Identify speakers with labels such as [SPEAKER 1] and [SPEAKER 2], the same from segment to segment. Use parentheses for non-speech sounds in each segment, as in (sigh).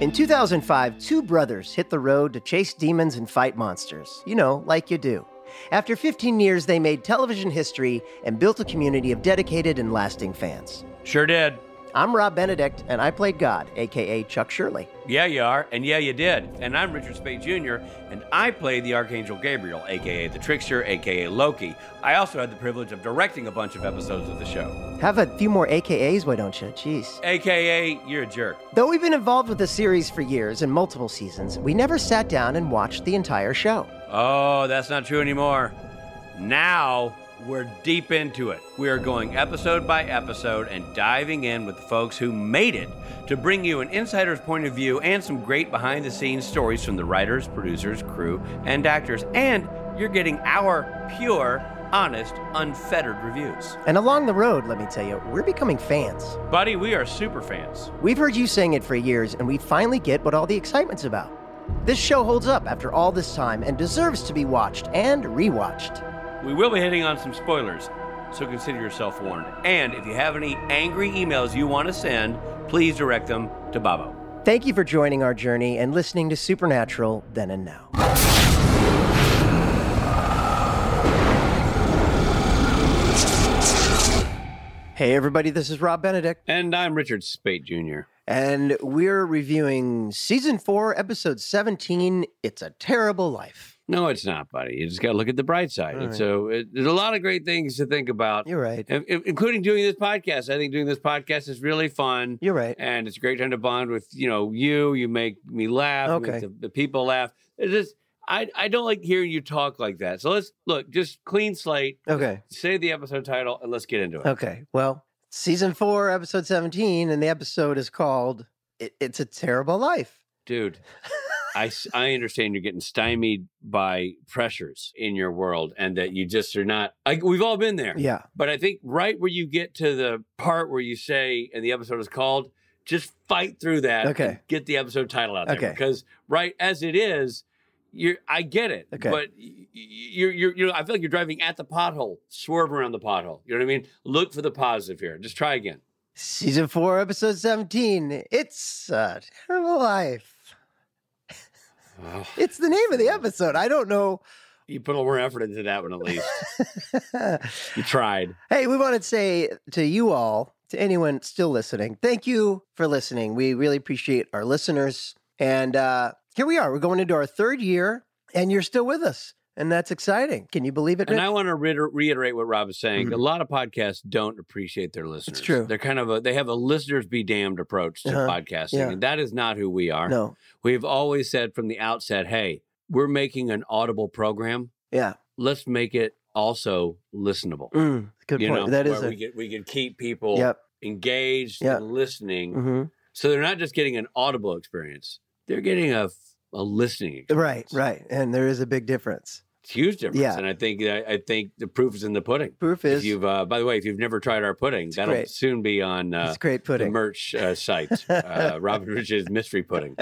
[SPEAKER 1] In 2005, two brothers hit the road to chase demons and fight monsters. You know, like you do. After 15 years, they made television history and built a community of dedicated and lasting fans.
[SPEAKER 2] Sure did.
[SPEAKER 1] I'm Rob Benedict, and I played God, aka Chuck Shirley.
[SPEAKER 2] Yeah, you are, and yeah, you did. And I'm Richard Spade Jr., and I play the Archangel Gabriel, aka the Trickster, aka Loki. I also had the privilege of directing a bunch of episodes of the show.
[SPEAKER 1] Have a few more AKAs, why don't you? Jeez.
[SPEAKER 2] AKA, you're a jerk.
[SPEAKER 1] Though we've been involved with the series for years and multiple seasons, we never sat down and watched the entire show.
[SPEAKER 2] Oh, that's not true anymore. Now, we're deep into it. We are going episode by episode and diving in with the folks who made it to bring you an insider's point of view and some great behind the scenes stories from the writers, producers, crew, and actors. And you're getting our pure, honest, unfettered reviews.
[SPEAKER 1] And along the road, let me tell you, we're becoming fans.
[SPEAKER 2] Buddy, we are super fans.
[SPEAKER 1] We've heard you saying it for years, and we finally get what all the excitement's about. This show holds up after all this time and deserves to be watched and rewatched.
[SPEAKER 2] We will be hitting on some spoilers, so consider yourself warned. And if you have any angry emails you want to send, please direct them to Babo.
[SPEAKER 1] Thank you for joining our journey and listening to Supernatural Then and Now. Hey, everybody, this is Rob Benedict,
[SPEAKER 2] And I'm Richard Spate Jr.
[SPEAKER 1] and we're reviewing season four, episode 17 It's a Terrible Life.
[SPEAKER 2] No, it's not, buddy. You just got to look at the bright side.
[SPEAKER 1] All
[SPEAKER 2] And
[SPEAKER 1] right.
[SPEAKER 2] so it, there's a lot of great things to think about,
[SPEAKER 1] You're right.
[SPEAKER 2] in- in- including doing this podcast. I think doing this podcast is really fun.
[SPEAKER 1] You're right.
[SPEAKER 2] and it's a great time to bond with you know you you make me laugh you
[SPEAKER 1] Okay.
[SPEAKER 2] make the, the people laugh it's just I, I don't like hearing you talk like that so let's look just clean slate
[SPEAKER 1] Okay.
[SPEAKER 2] say the episode title and let's get into it
[SPEAKER 1] Okay. Well, season four, episode 17, and the episode is called it, It's a Terrible Life.
[SPEAKER 2] dude I, s- I understand you're getting stymied by pressures in your world and that you just are not like we've all been there
[SPEAKER 1] Yeah.
[SPEAKER 2] but i think right where you get to the part where you say and the episode is called just fight through that and
[SPEAKER 1] Okay.
[SPEAKER 2] get the episode title out there
[SPEAKER 1] Okay.
[SPEAKER 2] because right as it is you're i get it
[SPEAKER 1] Okay.
[SPEAKER 2] but y- y- you're you're you know i feel like you're driving at the pothole swerve around the pothole you know what i mean look for the positive here just try again
[SPEAKER 1] Season four, episode 17. It's a Terrible Life.
[SPEAKER 2] Ugh.
[SPEAKER 1] It's the name of the episode. I don't know. (laughs)
[SPEAKER 2] you put a little more effort into that one at least
[SPEAKER 1] hey,
[SPEAKER 2] you tried
[SPEAKER 1] we want to say to you all, to anyone still listening, thank you for listening. We really appreciate our listeners. And uh, here we are. We're going into our third year, and you're still with us. And that's exciting. Can you believe it?
[SPEAKER 2] and
[SPEAKER 1] Rich?
[SPEAKER 2] I want to reiter- reiterate what Rob is saying.
[SPEAKER 1] Mhm.
[SPEAKER 2] A lot of podcasts don't appreciate their listeners.
[SPEAKER 1] true.
[SPEAKER 2] They're kind of a they have a listeners be damned approach to
[SPEAKER 1] Uh-huh.
[SPEAKER 2] podcasting,
[SPEAKER 1] Yeah.
[SPEAKER 2] and that is not who we are.
[SPEAKER 1] no.
[SPEAKER 2] We've always said from the outset, hey, we're making an audible program.
[SPEAKER 1] Yeah.
[SPEAKER 2] Let's make it also listenable.
[SPEAKER 1] Mm, good
[SPEAKER 2] you
[SPEAKER 1] point.
[SPEAKER 2] know,
[SPEAKER 1] that is
[SPEAKER 2] where
[SPEAKER 1] a,
[SPEAKER 2] we could we could keep people
[SPEAKER 1] Yep.
[SPEAKER 2] engaged
[SPEAKER 1] Yeah.
[SPEAKER 2] and listening,
[SPEAKER 1] hmm
[SPEAKER 2] so they're not just getting an audible experience; they're getting a f- a listening experience.
[SPEAKER 1] Right, right. And there is a big difference.
[SPEAKER 2] It's a huge difference,
[SPEAKER 1] Yeah.
[SPEAKER 2] and I think I I think the proof is in the pudding.
[SPEAKER 1] Proof
[SPEAKER 2] If
[SPEAKER 1] is
[SPEAKER 2] you've, uh, by the way, if you've never tried our pudding, that'll
[SPEAKER 1] great.
[SPEAKER 2] soon be on uh,
[SPEAKER 1] it's great
[SPEAKER 2] the
[SPEAKER 1] pudding.
[SPEAKER 2] merch
[SPEAKER 1] (laughs)
[SPEAKER 2] uh, site, uh, Robin Rich's mystery pudding.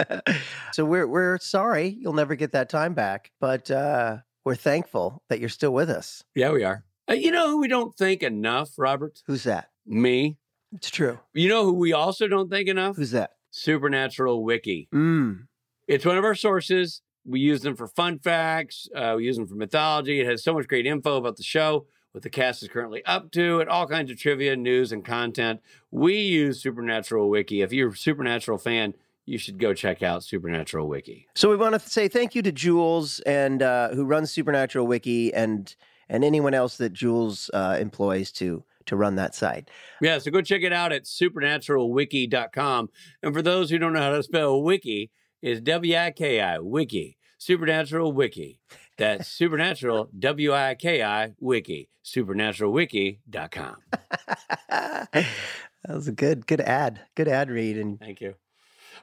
[SPEAKER 1] so we're we're sorry you'll never get that time back, but uh we're thankful that you're still with us.
[SPEAKER 2] Yeah, we are. Uh, you know who we don't think enough, Robert?
[SPEAKER 1] Who's that?
[SPEAKER 2] Me.
[SPEAKER 1] It's true.
[SPEAKER 2] You know who we also don't think enough?
[SPEAKER 1] Who's that?
[SPEAKER 2] Supernatural Wiki.
[SPEAKER 1] Mm.
[SPEAKER 2] It's one of our sources. We use them for fun facts. Uh, we use them for mythology. It has so much great info about the show, what the cast is currently up to, and all kinds of trivia, news, and content. We use Supernatural Wiki. If you're a Supernatural fan, you should go check out Supernatural Wiki.
[SPEAKER 1] So we want to say thank you to Jules and uh who runs Supernatural Wiki and and anyone else that Jules uh employs to to run that site. (laughs)
[SPEAKER 2] Yeah, so go check it out at supernaturalwiki.com. And for those who don't know how to spell wiki, it's W I K I, wiki, supernatural wiki. (laughs) That's supernatural, W I K I, wiki, supernaturalwiki.com.
[SPEAKER 1] that was a good good ad. Good ad read and
[SPEAKER 2] Thank you.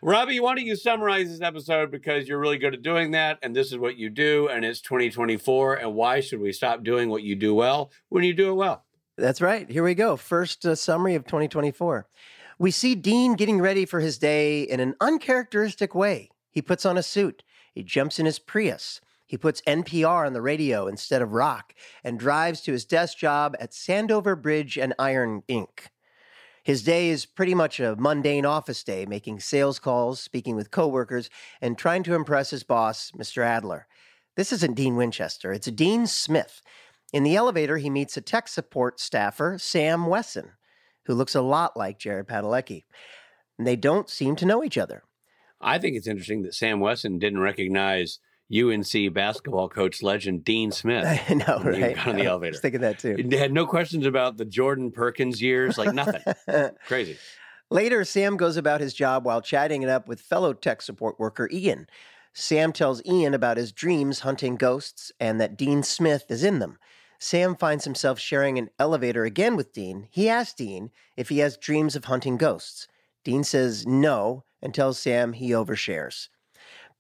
[SPEAKER 2] Robbie, why don't you summarize this episode because you're really good at doing that, and this is what you do, and it's 2024, and why should we stop doing what you do well when you do it well?
[SPEAKER 1] That's right. Here we go. First uh, summary of 2024. We see Dean getting ready for his day in an uncharacteristic way. He puts on a suit, he jumps in his Prius, he puts NPR on the radio instead of rock, and drives to his desk job at Sandover Bridge and Iron Inc. His day is pretty much a mundane office day, making sales calls, speaking with coworkers, and trying to impress his boss, Mr. Adler. This isn't Dean Winchester, it's Dean Smith. In the elevator, he meets a tech support staffer, Sam Wesson, who looks a lot like Jared Padalecki. And they don't seem to know each other. (laughs)
[SPEAKER 2] I think it's interesting that Sam Wesson didn't recognize UNC basketball coach legend Dean Smith.
[SPEAKER 1] I know,
[SPEAKER 2] when he
[SPEAKER 1] right?
[SPEAKER 2] got on the
[SPEAKER 1] I
[SPEAKER 2] elevator.
[SPEAKER 1] was thinking that too.
[SPEAKER 2] They had no questions about the Jordan Perkins years, like (laughs) nothing.
[SPEAKER 1] (laughs)
[SPEAKER 2] Crazy.
[SPEAKER 1] Later, Sam goes about his job while chatting it up with fellow tech support worker Ian. Sam tells Ian about his dreams hunting ghosts and that Dean Smith is in them. Sam finds himself sharing an elevator again with Dean. He asks Dean if he has dreams of hunting ghosts. Dean says no and tells Sam he overshares.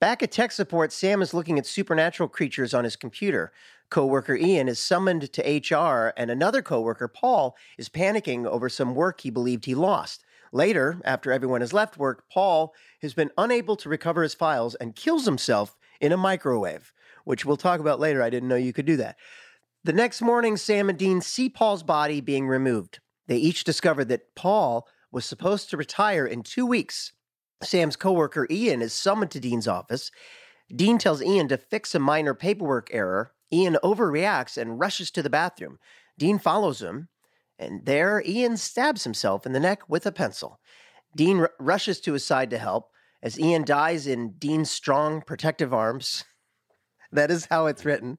[SPEAKER 1] Back at tech support, Sam is looking at supernatural creatures on his computer. Coworker Ian is summoned to HR, and another coworker, Paul, is panicking over some work he believed he lost. Later, after everyone has left work, Paul has been unable to recover his files and kills himself in a microwave, which we'll talk about later. I didn't know you could do that. The next morning, Sam and Dean see Paul's body being removed. They each discover that Paul was supposed to retire in two weeks. Sam's coworker Ian is summoned to Dean's office. Dean tells Ian to fix a minor paperwork error. Ian overreacts and rushes to the bathroom. Dean follows him, and there Ian stabs himself in the neck with a pencil. Dean r- rushes to his side to help as Ian dies in Dean's strong protective arms. (laughs) That is how it's written.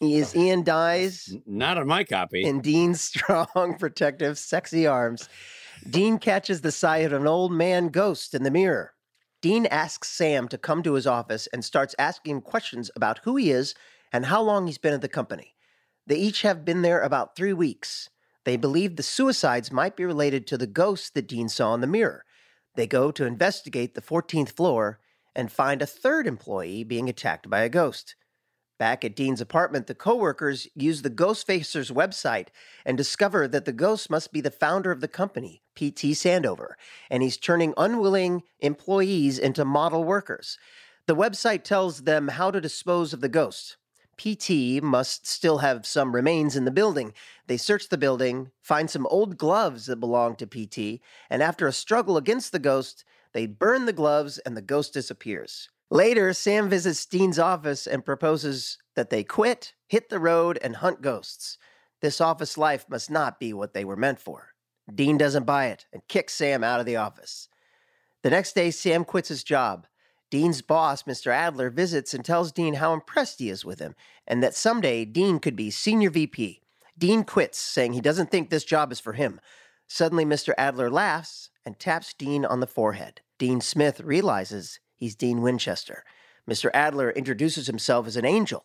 [SPEAKER 1] Is Ian dies
[SPEAKER 2] N- Not on my copy.
[SPEAKER 1] in Dean's strong, (laughs) protective, sexy arms, Dean catches the sight of an old man ghost in the mirror. Dean asks Sam to come to his office and starts asking him questions about who he is and how long he's been at the company. They each have been there about three weeks. They believe the suicides might be related to the ghost that Dean saw in the mirror. They go to investigate the 14th floor and find a third employee being attacked by a ghost. Back at Dean's apartment, the coworkers use the Ghostfacers website and discover that the ghost must be the founder of the company, P.T. Sandover, and he's turning unwilling employees into model workers. The website tells them how to dispose of the ghost. PT must still have some remains in the building. They search the building, find some old gloves that belong to PT, and after a struggle against the ghost, they burn the gloves and the ghost disappears. Later, Sam visits Dean's office and proposes that they quit, hit the road, and hunt ghosts. This office life must not be what they were meant for. Dean doesn't buy it and kicks Sam out of the office. The next day, Sam quits his job. Dean's boss, Mr. Adler, visits and tells Dean how impressed he is with him and that someday Dean could be senior VP. Dean quits, saying he doesn't think this job is for him. Suddenly, Mr. Adler laughs and taps Dean on the forehead. Dean Smith realizes he's Dean Winchester. Mr. Adler introduces himself as an angel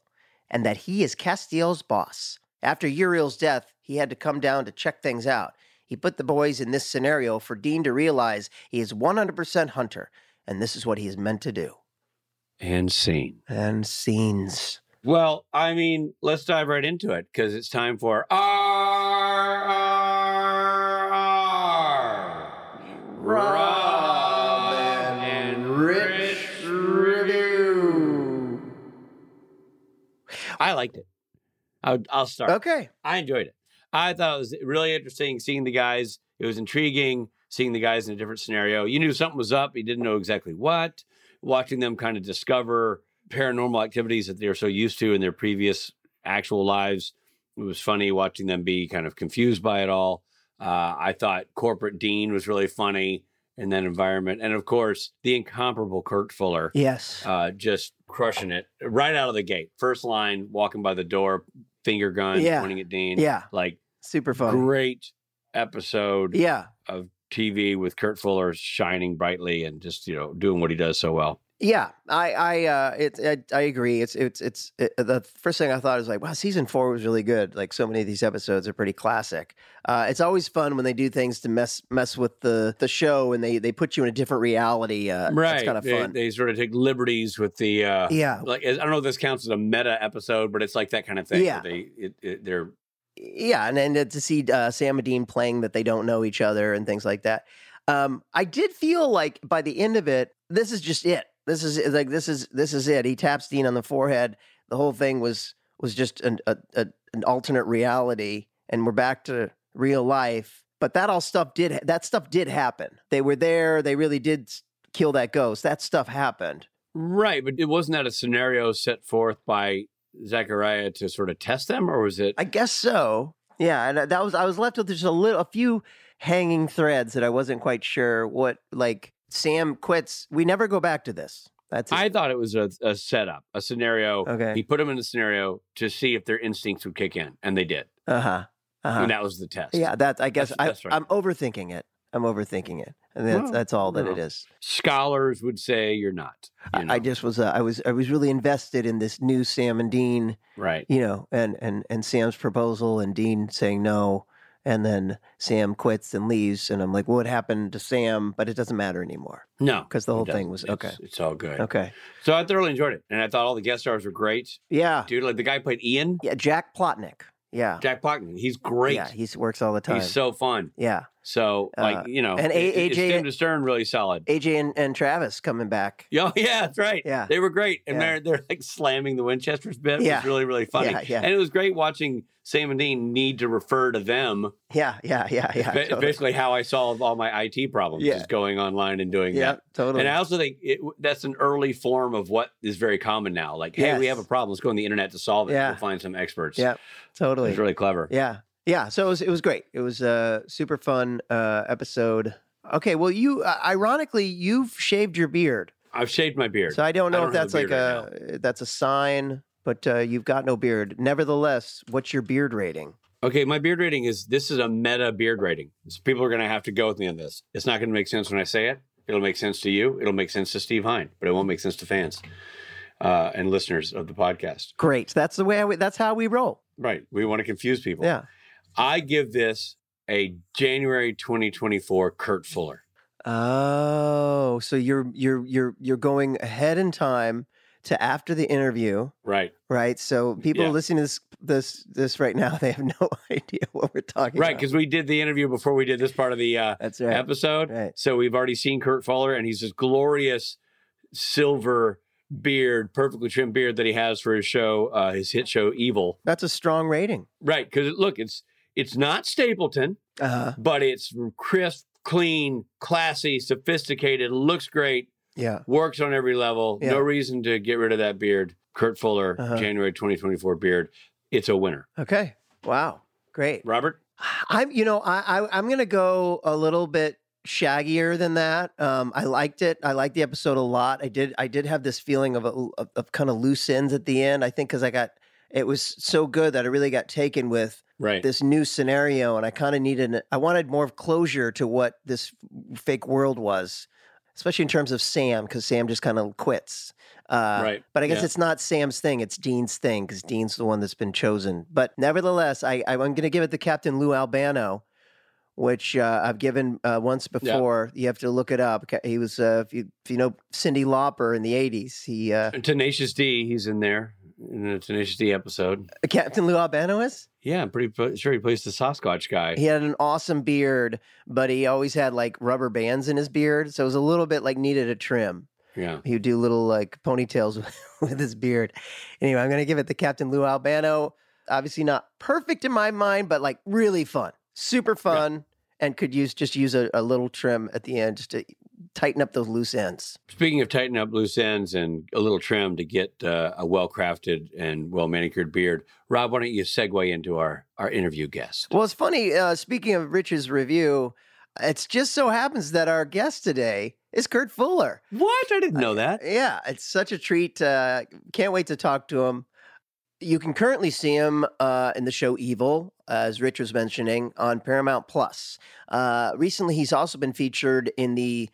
[SPEAKER 1] and that he is Castiel's boss. After Uriel's death, he had to come down to check things out. He put the boys in this scenario for Dean to realize he is 100% Hunter, and this is what he is meant to do.
[SPEAKER 2] and scene.
[SPEAKER 1] And scenes.
[SPEAKER 2] Well, I mean, let's dive right into it because it's time for R R R Rob and Rich review. I liked it. I'll, I'll start.
[SPEAKER 1] Okay.
[SPEAKER 2] I enjoyed it. I thought it was really interesting seeing the guys. It was intriguing seeing the guys in a different scenario. You knew something was up, you didn't know exactly what. Watching them kind of discover paranormal activities that they're so used to in their previous actual lives. It was funny watching them be kind of confused by it all. Uh, I thought corporate Dean was really funny in that environment. And of course, the incomparable Kurt Fuller
[SPEAKER 1] Yes.
[SPEAKER 2] uh, just crushing it right out of the gate. First line, walking by the door, finger gun,
[SPEAKER 1] Yeah.
[SPEAKER 2] pointing at Dean.
[SPEAKER 1] yeah.
[SPEAKER 2] Like
[SPEAKER 1] Super fun.
[SPEAKER 2] great episode
[SPEAKER 1] Yeah.
[SPEAKER 2] of TV with Kurt Fuller shining brightly and just, you know, doing what he does so well.
[SPEAKER 1] Yeah, I I uh it, I, I agree. It's it's it's it, the first thing I thought is like, wow, season 4 was really good. Like so many of these episodes are pretty classic. Uh it's always fun when they do things to mess mess with the the show and they they put you in a different reality. Uh it's kind of
[SPEAKER 2] They-
[SPEAKER 1] fun.
[SPEAKER 2] They, sort of take liberties with the uh
[SPEAKER 1] yeah.
[SPEAKER 2] like I don't know if this counts as a meta episode, but it's like that kind of thing.
[SPEAKER 1] Yeah.
[SPEAKER 2] They it, it, they're
[SPEAKER 1] Yeah, and then to see uh, Sam and Dean playing that they don't know each other and things like that. Um I did feel like by the end of it, this is just it. This is it's like this is this is it. He taps Dean on the forehead. the whole thing was was just an a, a, an alternate reality, and we're back to real life. But that all stuff did that stuff did happen. They were there. They really did s- kill that ghost. That stuff happened.
[SPEAKER 2] Right, but it wasn't that a scenario set forth by Zachariah to sort of test them, or was it?
[SPEAKER 1] I guess so. Yeah, and uh, that was I was left with just a little, a few hanging threads that I wasn't quite sure what. Like Sam quits. We never go back to this. That's it.
[SPEAKER 2] I thought it was a, a setup, a scenario.
[SPEAKER 1] Okay.
[SPEAKER 2] He put them in a scenario to see if their instincts would kick in, and they did.
[SPEAKER 1] Uh huh. Uh huh.
[SPEAKER 2] And that was the test.
[SPEAKER 1] Yeah, that I guess
[SPEAKER 2] That's-
[SPEAKER 1] I,
[SPEAKER 2] that's right.
[SPEAKER 1] I'm overthinking it. I'm overthinking it, and that's
[SPEAKER 2] Well,
[SPEAKER 1] that's all that it
[SPEAKER 2] no.
[SPEAKER 1] is.
[SPEAKER 2] Scholars would say you're not.
[SPEAKER 1] I-
[SPEAKER 2] you know?
[SPEAKER 1] I just was uh, I was I was really invested in this new Sam and Dean,
[SPEAKER 2] right.
[SPEAKER 1] you know, and and and Sam's proposal and Dean saying no, and then Sam quits and leaves, and I'm like, what happened to Sam? But it doesn't matter anymore
[SPEAKER 2] No.
[SPEAKER 1] because the
[SPEAKER 2] it
[SPEAKER 1] whole thing
[SPEAKER 2] doesn't.
[SPEAKER 1] was okay,
[SPEAKER 2] It's- It's all good.
[SPEAKER 1] okay,
[SPEAKER 2] So I thoroughly enjoyed it, and I thought all the guest stars were great.
[SPEAKER 1] yeah,
[SPEAKER 2] Dude, like the guy who played Ian,
[SPEAKER 1] yeah. Jack Plotnick, yeah,
[SPEAKER 2] Jack Plotkin. He's great.
[SPEAKER 1] yeah, he works all the time,
[SPEAKER 2] he's so fun.
[SPEAKER 1] yeah.
[SPEAKER 2] So like
[SPEAKER 1] Uh,
[SPEAKER 2] you know,
[SPEAKER 1] and A-
[SPEAKER 2] it- it-
[SPEAKER 1] AJ
[SPEAKER 2] it's Tim to Stern really solid.
[SPEAKER 1] AJ and, and Travis coming back,
[SPEAKER 2] (laughs) Yeah, yeah, that's right.
[SPEAKER 1] Yeah.
[SPEAKER 2] they were great, and
[SPEAKER 1] Yeah.
[SPEAKER 2] they're they're like slamming the Winchester's bit. Yeah,
[SPEAKER 1] Yeah.
[SPEAKER 2] was really really funny.
[SPEAKER 1] Yeah, yeah.
[SPEAKER 2] and it was great watching Sam and Dean need to refer to them.
[SPEAKER 1] yeah, yeah, yeah, yeah,
[SPEAKER 2] Ba- Basically, how I solve all my IT problems
[SPEAKER 1] Yeah.
[SPEAKER 2] is going online and doing
[SPEAKER 1] yeah,
[SPEAKER 2] that.
[SPEAKER 1] totally.
[SPEAKER 2] And I also think it, that's an early form of what is very common now. Like, hey, we
[SPEAKER 1] Yes.
[SPEAKER 2] have a problem. Let's go on the internet to solve it.
[SPEAKER 1] Yeah.
[SPEAKER 2] We'll find some experts.
[SPEAKER 1] Yeah, totally.
[SPEAKER 2] It's really clever.
[SPEAKER 1] Yeah. Yeah. So it was, it was great. It was a super fun uh, episode. Okay. Well, you, uh, ironically, you've shaved your beard.
[SPEAKER 2] I've shaved my beard.
[SPEAKER 1] So I don't know if
[SPEAKER 2] don't have a
[SPEAKER 1] that's like a, uh,
[SPEAKER 2] beard
[SPEAKER 1] that's a sign, but uh, you've got no beard. Nevertheless, what's your beard rating?
[SPEAKER 2] Okay, my beard rating is this is a meta beard rating. So people are going to have to go with me on this. It's not going to make sense when I say it. It'll make sense to you. It'll make sense to Steve Hine, but it won't make sense to fans uh, and listeners of the podcast.
[SPEAKER 1] Great. That's the way I, w- that's how we roll.
[SPEAKER 2] Right. We want to confuse people.
[SPEAKER 1] Yeah.
[SPEAKER 2] I give this a January 2024 Kurt Fuller.
[SPEAKER 1] Oh, so you're, you're, you're, you're going ahead in time to after the interview.
[SPEAKER 2] Right.
[SPEAKER 1] Right. So people
[SPEAKER 2] Yeah.
[SPEAKER 1] listening to this, this, this right now, (laughs) they have no idea what we're talking
[SPEAKER 2] Right.
[SPEAKER 1] about.
[SPEAKER 2] Because we did the interview before we did this part of the uh,
[SPEAKER 1] That's right.
[SPEAKER 2] episode.
[SPEAKER 1] Right.
[SPEAKER 2] So we've already seen Kurt Fuller, and he's this glorious silver beard, perfectly trimmed beard that he has for his show, uh, his hit show, Evil.
[SPEAKER 1] That's a strong rating.
[SPEAKER 2] Right? Because look, it's it's not Stapleton,
[SPEAKER 1] Uh-huh.
[SPEAKER 2] but it's crisp, clean, classy, sophisticated. Looks great.
[SPEAKER 1] Yeah.
[SPEAKER 2] Works on every level.
[SPEAKER 1] Yeah.
[SPEAKER 2] No reason to get rid of that beard. Kurt Fuller,
[SPEAKER 1] Uh-huh.
[SPEAKER 2] January 2024 beard. It's a winner.
[SPEAKER 1] Okay. Wow. Great.
[SPEAKER 2] Robert,
[SPEAKER 1] I'm you know, I, I I'm gonna go a little bit shaggier than that. Um I liked it. I liked the episode a lot. I did I did have this feeling of a, of, of kind of loose ends at the end. I think because I got it was so good that I really got taken with
[SPEAKER 2] right?
[SPEAKER 1] this new scenario and I kind of needed an- I wanted more of closure to what this fake world was, especially in terms of Sam because Sam just kind of quits. Uh,
[SPEAKER 2] right.
[SPEAKER 1] But I guess
[SPEAKER 2] Yeah.
[SPEAKER 1] it's not Sam's thing; it's Dean's thing because Dean's the one that's been chosen. But nevertheless, I, I I'm going to give it to Captain Lou Albano, which uh, I've given uh, once before. You have to look it up. Ca- He was, uh, if you if you know Cindy Lauper in the '80s, he uh,
[SPEAKER 2] Tenacious D, he's in there in the Tenacious D episode.
[SPEAKER 1] (laughs) Captain Lou Albano is.
[SPEAKER 2] Yeah, I'm pretty pl- sure he plays the Sasquatch guy.
[SPEAKER 1] He had an awesome beard, but he always had like rubber bands in his beard, so it was a little bit like needed a trim.
[SPEAKER 2] Yeah.
[SPEAKER 1] He would do little like ponytails (laughs) with his beard. Anyway, I'm going to give it to Captain Lou Albano. Obviously not perfect in my mind, but like really fun, super fun, and could use just use a, a little trim at the end just to tighten up those loose ends.
[SPEAKER 2] Speaking of tightening up loose ends and a little trim to get uh, a well crafted and well manicured beard, Rob, why don't you segue into our, our interview guest?
[SPEAKER 1] Well, it's funny. Uh, speaking of Rich's review, it's just so happens that our guest today is Kurt Fuller.
[SPEAKER 2] What? I didn't know that.
[SPEAKER 1] Yeah, it's such a treat. Uh, can't wait to talk to him. You can currently see him uh, in the show Evil, as Rich was mentioning, on Paramount Plus. Uh, recently, he's also been featured in the